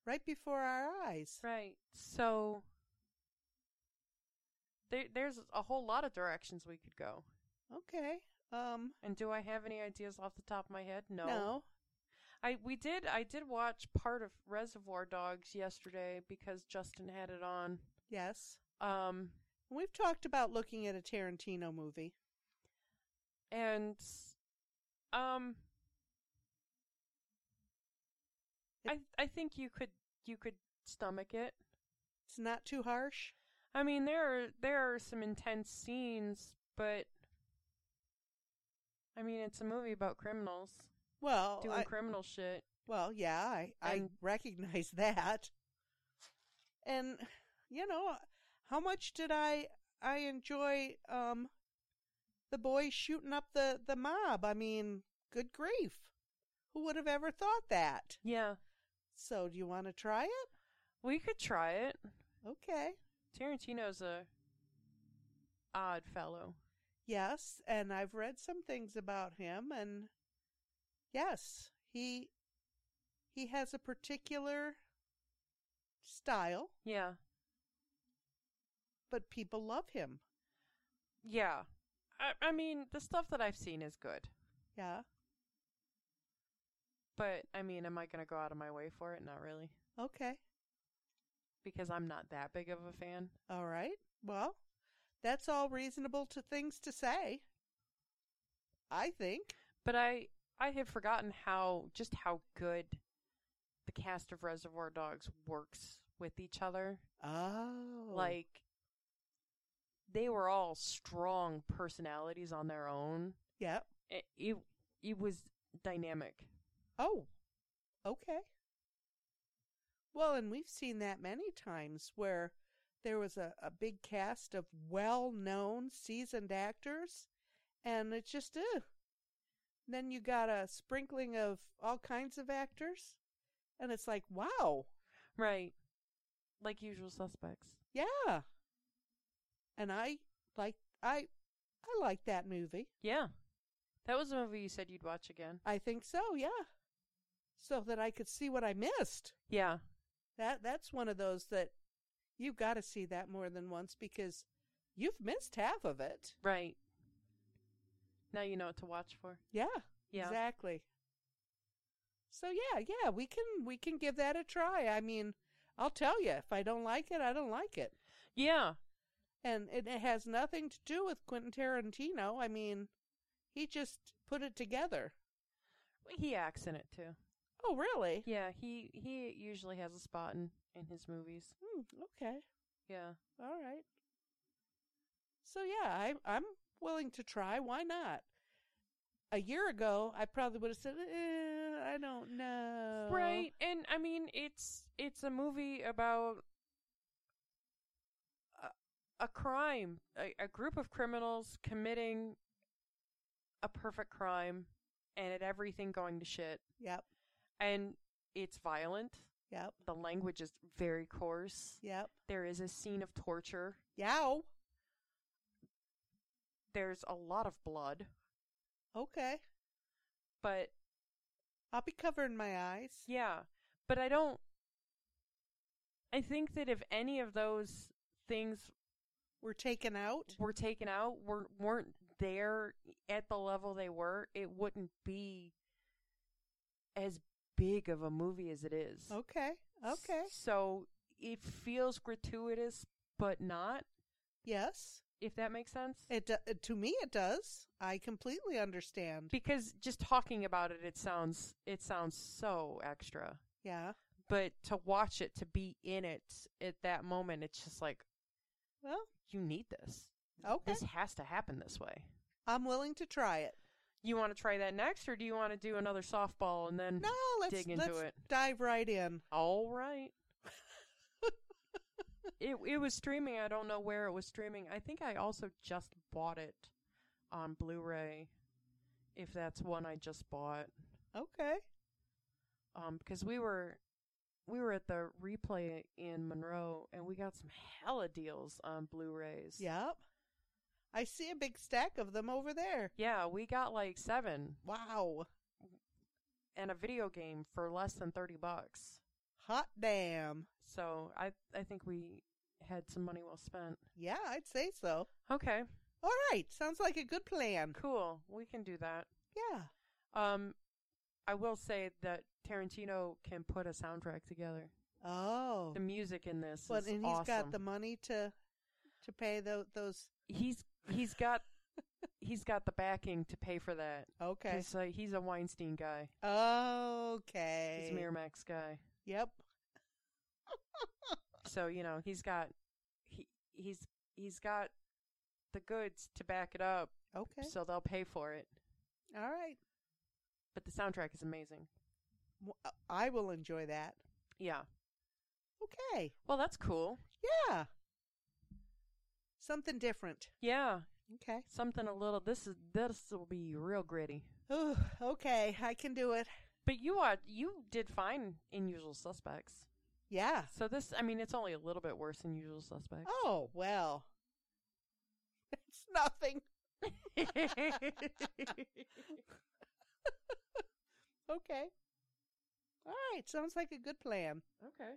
[SPEAKER 2] Right before our eyes.
[SPEAKER 1] right. So there there's a whole lot of directions we could go.
[SPEAKER 2] Okay. Um
[SPEAKER 1] And do I have any ideas off the top of my head? No.
[SPEAKER 2] no.
[SPEAKER 1] I we did I did watch part of Reservoir Dogs yesterday because Justin had it on.
[SPEAKER 2] Yes.
[SPEAKER 1] Um
[SPEAKER 2] We've talked about looking at a Tarantino movie.
[SPEAKER 1] and um I I think you could you could stomach it.
[SPEAKER 2] It's not too harsh.
[SPEAKER 1] I mean there are there are some intense scenes, but I mean it's a movie about criminals
[SPEAKER 2] Well,
[SPEAKER 1] doing
[SPEAKER 2] Oh, I,
[SPEAKER 1] criminal shit.
[SPEAKER 2] well, yeah, I, I
[SPEAKER 1] And-
[SPEAKER 2] recognize that. And you know, how much did I I enjoy um the boy shooting up the the mob? I mean, good grief. Who would have ever thought that?
[SPEAKER 1] Yeah.
[SPEAKER 2] So, do you want to try it?
[SPEAKER 1] We could try it.
[SPEAKER 2] Okay.
[SPEAKER 1] Tarantino's a odd fellow.
[SPEAKER 2] Yes, and I've read some things about him and yes, he he has a particular style,
[SPEAKER 1] Yeah.
[SPEAKER 2] but people love him.
[SPEAKER 1] Yeah. I I mean the stuff that I've seen is good.
[SPEAKER 2] Yeah.
[SPEAKER 1] But I mean am I going to go out of my way for it? Not really.
[SPEAKER 2] Okay.
[SPEAKER 1] because I'm not that big of a fan.
[SPEAKER 2] All right. Well, that's all reasonable to things to say. I think.
[SPEAKER 1] But I I had forgotten how just how good the cast of Reservoir Dogs works with each other.
[SPEAKER 2] Oh.
[SPEAKER 1] Like they were all strong personalities on their own.
[SPEAKER 2] yep.
[SPEAKER 1] It it, it was dynamic.
[SPEAKER 2] Oh, okay. Well, and we've seen that many times where there was a, a big cast of well known seasoned actors, and it's just, ugh. Then you got a sprinkling of all kinds of actors, and it's like, wow,
[SPEAKER 1] Right. Like usual suspects.
[SPEAKER 2] yeah. And I like I I like that movie.
[SPEAKER 1] Yeah. That was a movie you said you'd watch again.
[SPEAKER 2] I think so, yeah. So that I could see what I missed.
[SPEAKER 1] Yeah.
[SPEAKER 2] That that's one of those that you've got to see that more than once because you've missed half of it.
[SPEAKER 1] Right. Now you know what to watch for.
[SPEAKER 2] Yeah,
[SPEAKER 1] Yeah.
[SPEAKER 2] exactly. So yeah, yeah, we can we can give that a try. I mean, I'll tell you if I don't like it, I don't like it.
[SPEAKER 1] Yeah.
[SPEAKER 2] And it, it has nothing to do with Quentin Tarantino. I mean, he just put it together.
[SPEAKER 1] He acts in it too.
[SPEAKER 2] Oh, really?
[SPEAKER 1] Yeah, he he usually has a spot in in his movies.
[SPEAKER 2] Hmm, okay.
[SPEAKER 1] Yeah.
[SPEAKER 2] All right. So yeah, I, I'm willing to try. Why not? A year ago, I probably would have said, eh, "I don't know."
[SPEAKER 1] Right. And I mean, it's it's a movie about a, a crime, a, a group of criminals committing a perfect crime and it everything going to shit.
[SPEAKER 2] Yep.
[SPEAKER 1] And it's violent.
[SPEAKER 2] Yep.
[SPEAKER 1] The language is very coarse.
[SPEAKER 2] Yep.
[SPEAKER 1] There is a scene of torture.
[SPEAKER 2] Yow.
[SPEAKER 1] There's a lot of blood,
[SPEAKER 2] Okay.
[SPEAKER 1] but
[SPEAKER 2] I'll be covering my eyes.
[SPEAKER 1] Yeah, but I don't. I think that if any of those things
[SPEAKER 2] We're taken out.
[SPEAKER 1] were taken out, were weren't there e, at the level they were, it wouldn't be as big of a movie as it is.
[SPEAKER 2] Okay. Okay.
[SPEAKER 1] So it feels gratuitous, but not.
[SPEAKER 2] Yes.
[SPEAKER 1] If that makes sense.
[SPEAKER 2] It do- uh, to me it does. I completely understand.
[SPEAKER 1] because just talking about it, it sounds it sounds so extra.
[SPEAKER 2] Yeah.
[SPEAKER 1] But to watch it, to be in it at that moment, it's just like,
[SPEAKER 2] Well,
[SPEAKER 1] you need this.
[SPEAKER 2] okay.
[SPEAKER 1] This has to happen this way.
[SPEAKER 2] I'm willing to try it.
[SPEAKER 1] You want to try that next, or do you want to do another softball and then?
[SPEAKER 2] No, let's
[SPEAKER 1] Mm-hmm. Dig into
[SPEAKER 2] let's
[SPEAKER 1] it.
[SPEAKER 2] dive right in.
[SPEAKER 1] All right. it it was streaming. I don't know where it was streaming. I think I also just bought it on Blu-ray. If that's one I just bought,
[SPEAKER 2] Okay.
[SPEAKER 1] um, because we were we were at the replay in Monroe and we got some hella deals on Blu-rays.
[SPEAKER 2] Yep. I see a big stack of them over there.
[SPEAKER 1] yeah, we got like seven
[SPEAKER 2] Wow.
[SPEAKER 1] and a video game for less than thirty bucks.
[SPEAKER 2] Hot damn.
[SPEAKER 1] So I I think we had some money well spent.
[SPEAKER 2] Yeah, I'd say so.
[SPEAKER 1] Okay,
[SPEAKER 2] All right. Sounds like a good plan.
[SPEAKER 1] cool. We can do that.
[SPEAKER 2] Yeah.
[SPEAKER 1] Um, I will say that Tarantino can put a soundtrack together.
[SPEAKER 2] Oh.
[SPEAKER 1] The music in this
[SPEAKER 2] But
[SPEAKER 1] is
[SPEAKER 2] and he's
[SPEAKER 1] awesome.
[SPEAKER 2] got the money to to pay tho- those
[SPEAKER 1] he's he's got he's got the backing to pay for that.
[SPEAKER 2] Okay.
[SPEAKER 1] 'Cause, like, he's a Weinstein guy.
[SPEAKER 2] Okay.
[SPEAKER 1] He's a Miramax guy.
[SPEAKER 2] Yep.
[SPEAKER 1] So you know he's got he he's he's got the goods to back it up.
[SPEAKER 2] Okay.
[SPEAKER 1] So they'll pay for it.
[SPEAKER 2] All right.
[SPEAKER 1] But the soundtrack is amazing.
[SPEAKER 2] W- uh, I will enjoy that.
[SPEAKER 1] Yeah.
[SPEAKER 2] Okay.
[SPEAKER 1] Well, that's cool.
[SPEAKER 2] Yeah. Something different.
[SPEAKER 1] Yeah,
[SPEAKER 2] Okay.
[SPEAKER 1] something a little. This is this will be real gritty.
[SPEAKER 2] Ooh, okay. I can do it.
[SPEAKER 1] But you are you did fine in Usual Suspects.
[SPEAKER 2] Yeah.
[SPEAKER 1] So this, I mean, it's only a little bit worse than Usual Suspects.
[SPEAKER 2] Oh, well. It's nothing. Okay. All right. Sounds like a good plan.
[SPEAKER 1] okay.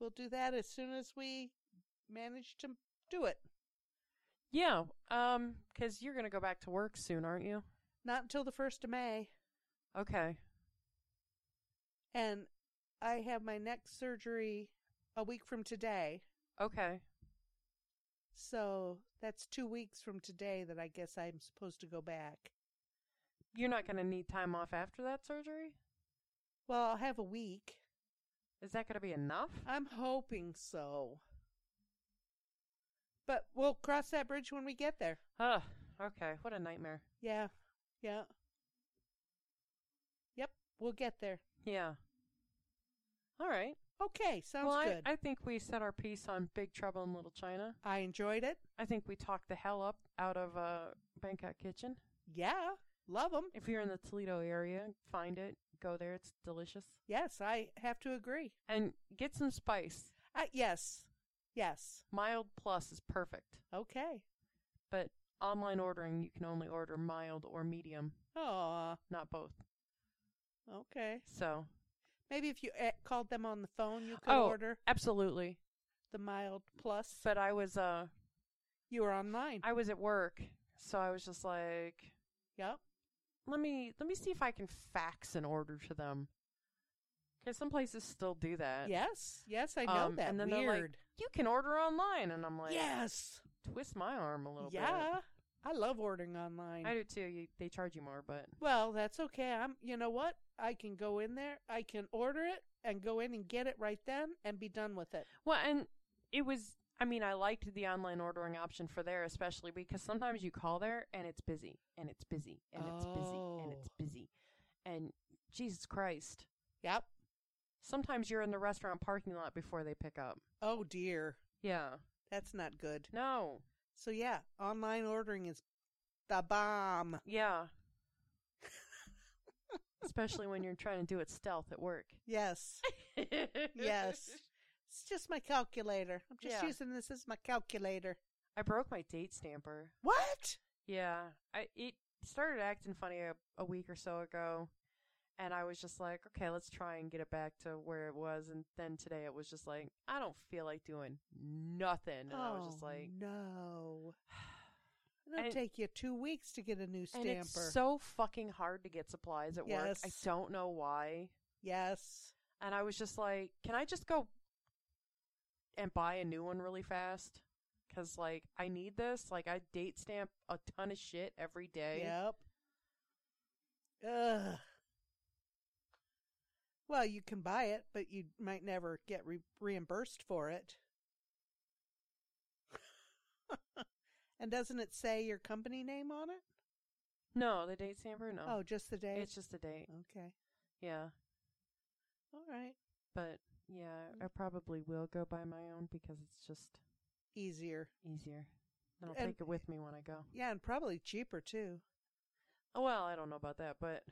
[SPEAKER 2] We'll do that as soon as we manage to do it.
[SPEAKER 1] Yeah. Um, because you're gonna go back to work soon, aren't you?
[SPEAKER 2] Not until the 1st of May.
[SPEAKER 1] Okay.
[SPEAKER 2] And I have my neck surgery a week from today.
[SPEAKER 1] Okay.
[SPEAKER 2] So that's two weeks from today that I guess I'm supposed to go back.
[SPEAKER 1] You're not gonna need time off after that surgery.
[SPEAKER 2] Well, I'll have a week.
[SPEAKER 1] Is that gonna be enough?
[SPEAKER 2] I'm hoping so. But we'll cross that bridge when we get there.
[SPEAKER 1] Ugh. Okay. What a nightmare.
[SPEAKER 2] Yeah. Yeah. Yep. We'll get there.
[SPEAKER 1] Yeah. All right.
[SPEAKER 2] Okay. Sounds
[SPEAKER 1] well,
[SPEAKER 2] good.
[SPEAKER 1] I, I think we set our piece on Big Trouble in Little China.
[SPEAKER 2] I enjoyed it.
[SPEAKER 1] I think we talked the hell up out of uh, Bangkok Kitchen.
[SPEAKER 2] Yeah. Love them.
[SPEAKER 1] If you're in the Toledo area, find it, go there. It's delicious.
[SPEAKER 2] Yes. I have to agree.
[SPEAKER 1] And get some spice.
[SPEAKER 2] Uh, yes. Yes.
[SPEAKER 1] Mild plus is perfect.
[SPEAKER 2] Okay.
[SPEAKER 1] But Online ordering, you can only order mild or medium,
[SPEAKER 2] Oh,
[SPEAKER 1] not both.
[SPEAKER 2] okay.
[SPEAKER 1] So,
[SPEAKER 2] Maybe if you eh, called them on the phone, you could
[SPEAKER 1] Oh.
[SPEAKER 2] order
[SPEAKER 1] absolutely.
[SPEAKER 2] the mild plus.
[SPEAKER 1] But I was uh
[SPEAKER 2] You were online.
[SPEAKER 1] I was at work, so I was just like,
[SPEAKER 2] yep.
[SPEAKER 1] let me let me see if I can fax an order to them. Cuz some places still do that.
[SPEAKER 2] Yes. Yes, I know
[SPEAKER 1] Um,
[SPEAKER 2] that.
[SPEAKER 1] and then they're like,
[SPEAKER 2] Weird.
[SPEAKER 1] You can order online and I'm like,
[SPEAKER 2] yes.
[SPEAKER 1] twist my arm a little
[SPEAKER 2] Yeah. I love ordering online.
[SPEAKER 1] bit. I do too. You, they charge you more, but
[SPEAKER 2] Well, that's okay. I'm you know what? I can go in there, I can order it and go in and get it right then and be done with it.
[SPEAKER 1] Well, and it was, I mean, I liked the online ordering option for there, especially because sometimes you call there and it's busy and it's busy and it's busy and it's
[SPEAKER 2] Oh.
[SPEAKER 1] busy. And Jesus Christ,
[SPEAKER 2] Yep.
[SPEAKER 1] sometimes you're in the restaurant parking lot before they pick up.
[SPEAKER 2] Oh dear.
[SPEAKER 1] Yeah.
[SPEAKER 2] That's not good.
[SPEAKER 1] No.
[SPEAKER 2] So yeah, online ordering is the bomb.
[SPEAKER 1] Yeah. especially when you're trying to do it stealth at work.
[SPEAKER 2] Yes. Yes. It's just my calculator. I'm just
[SPEAKER 1] Yeah.
[SPEAKER 2] using this as my calculator.
[SPEAKER 1] I broke my date stamper.
[SPEAKER 2] What?
[SPEAKER 1] Yeah, I it started acting funny a, a week or so ago, and I was just like, okay, let's try and get it back to where it was. And then today it was just like, I don't feel like doing nothing. And I was just
[SPEAKER 2] Oh,
[SPEAKER 1] like,
[SPEAKER 2] no. It'll
[SPEAKER 1] And-
[SPEAKER 2] take you two weeks to get a new
[SPEAKER 1] and
[SPEAKER 2] stamper.
[SPEAKER 1] it's so fucking hard to get supplies at work. I
[SPEAKER 2] Yes.
[SPEAKER 1] don't know why.
[SPEAKER 2] yes.
[SPEAKER 1] And I was just like, can I just go and buy a new one really fast? Because like I need this. Like I date stamp a ton of shit every day.
[SPEAKER 2] Yep. Ugh. Well, you can buy it, but you might never get re- reimbursed for it. and doesn't it say your company name on it?
[SPEAKER 1] No, the date stamper. No,
[SPEAKER 2] Oh, just the day.
[SPEAKER 1] it's just a date.
[SPEAKER 2] okay.
[SPEAKER 1] Yeah.
[SPEAKER 2] All right.
[SPEAKER 1] But yeah, I probably will go buy my own because it's just
[SPEAKER 2] Easier.
[SPEAKER 1] easier. And I'll
[SPEAKER 2] And-
[SPEAKER 1] take it with me when I go.
[SPEAKER 2] Yeah, and probably cheaper too.
[SPEAKER 1] Oh, well, I don't know about that, but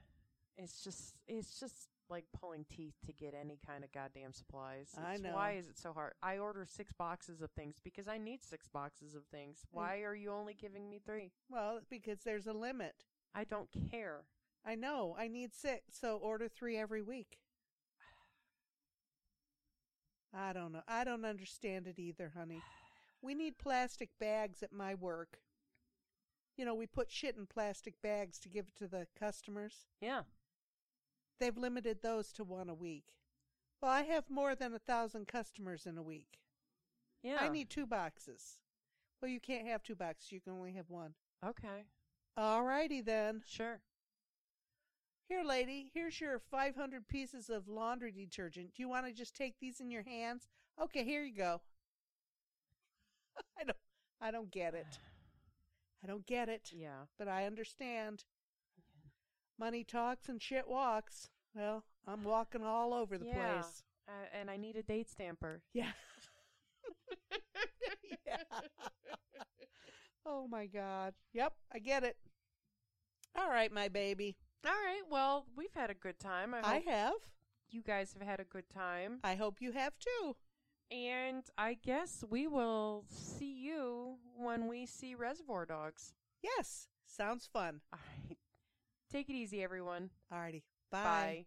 [SPEAKER 1] it's just it's just like pulling teeth to get any kind of goddamn supplies.
[SPEAKER 2] I
[SPEAKER 1] It's-
[SPEAKER 2] know.
[SPEAKER 1] Why is it so hard? I order six boxes of things because I need six boxes of things. Why are you only giving me three?
[SPEAKER 2] Well, because there's a limit.
[SPEAKER 1] I don't care.
[SPEAKER 2] I know. I need six, so order three every week. I don't know. I don't understand it either, honey. We need plastic bags at my work. You know, we put shit in plastic bags to give to the customers.
[SPEAKER 1] Yeah.
[SPEAKER 2] They've limited those to one a week. Well, I have more than a thousand customers in a week.
[SPEAKER 1] Yeah.
[SPEAKER 2] I need two boxes. Well, you can't have two boxes. You can only have one.
[SPEAKER 1] Okay.
[SPEAKER 2] All righty then.
[SPEAKER 1] Sure.
[SPEAKER 2] Here, lady, here's your 500 pieces of laundry detergent. Do you want to just take these in your hands? Okay, here you go. I don't I don't get it. I don't get it,
[SPEAKER 1] Yeah.
[SPEAKER 2] but I understand. Money talks and shit walks. Well, I'm walking all over the
[SPEAKER 1] Yeah.
[SPEAKER 2] place.
[SPEAKER 1] Uh, and I need a date stamper.
[SPEAKER 2] Yeah. yeah. Oh my god. Yep, I get it. All right, my baby.
[SPEAKER 1] All right. Well, we've had a good time. I hope
[SPEAKER 2] I have.
[SPEAKER 1] you guys have had a good time.
[SPEAKER 2] I hope you have too.
[SPEAKER 1] And I guess we will see you when we see Reservoir Dogs.
[SPEAKER 2] Yes, sounds fun.
[SPEAKER 1] All right. Take it easy, everyone.
[SPEAKER 2] Alrighty,
[SPEAKER 1] Bye.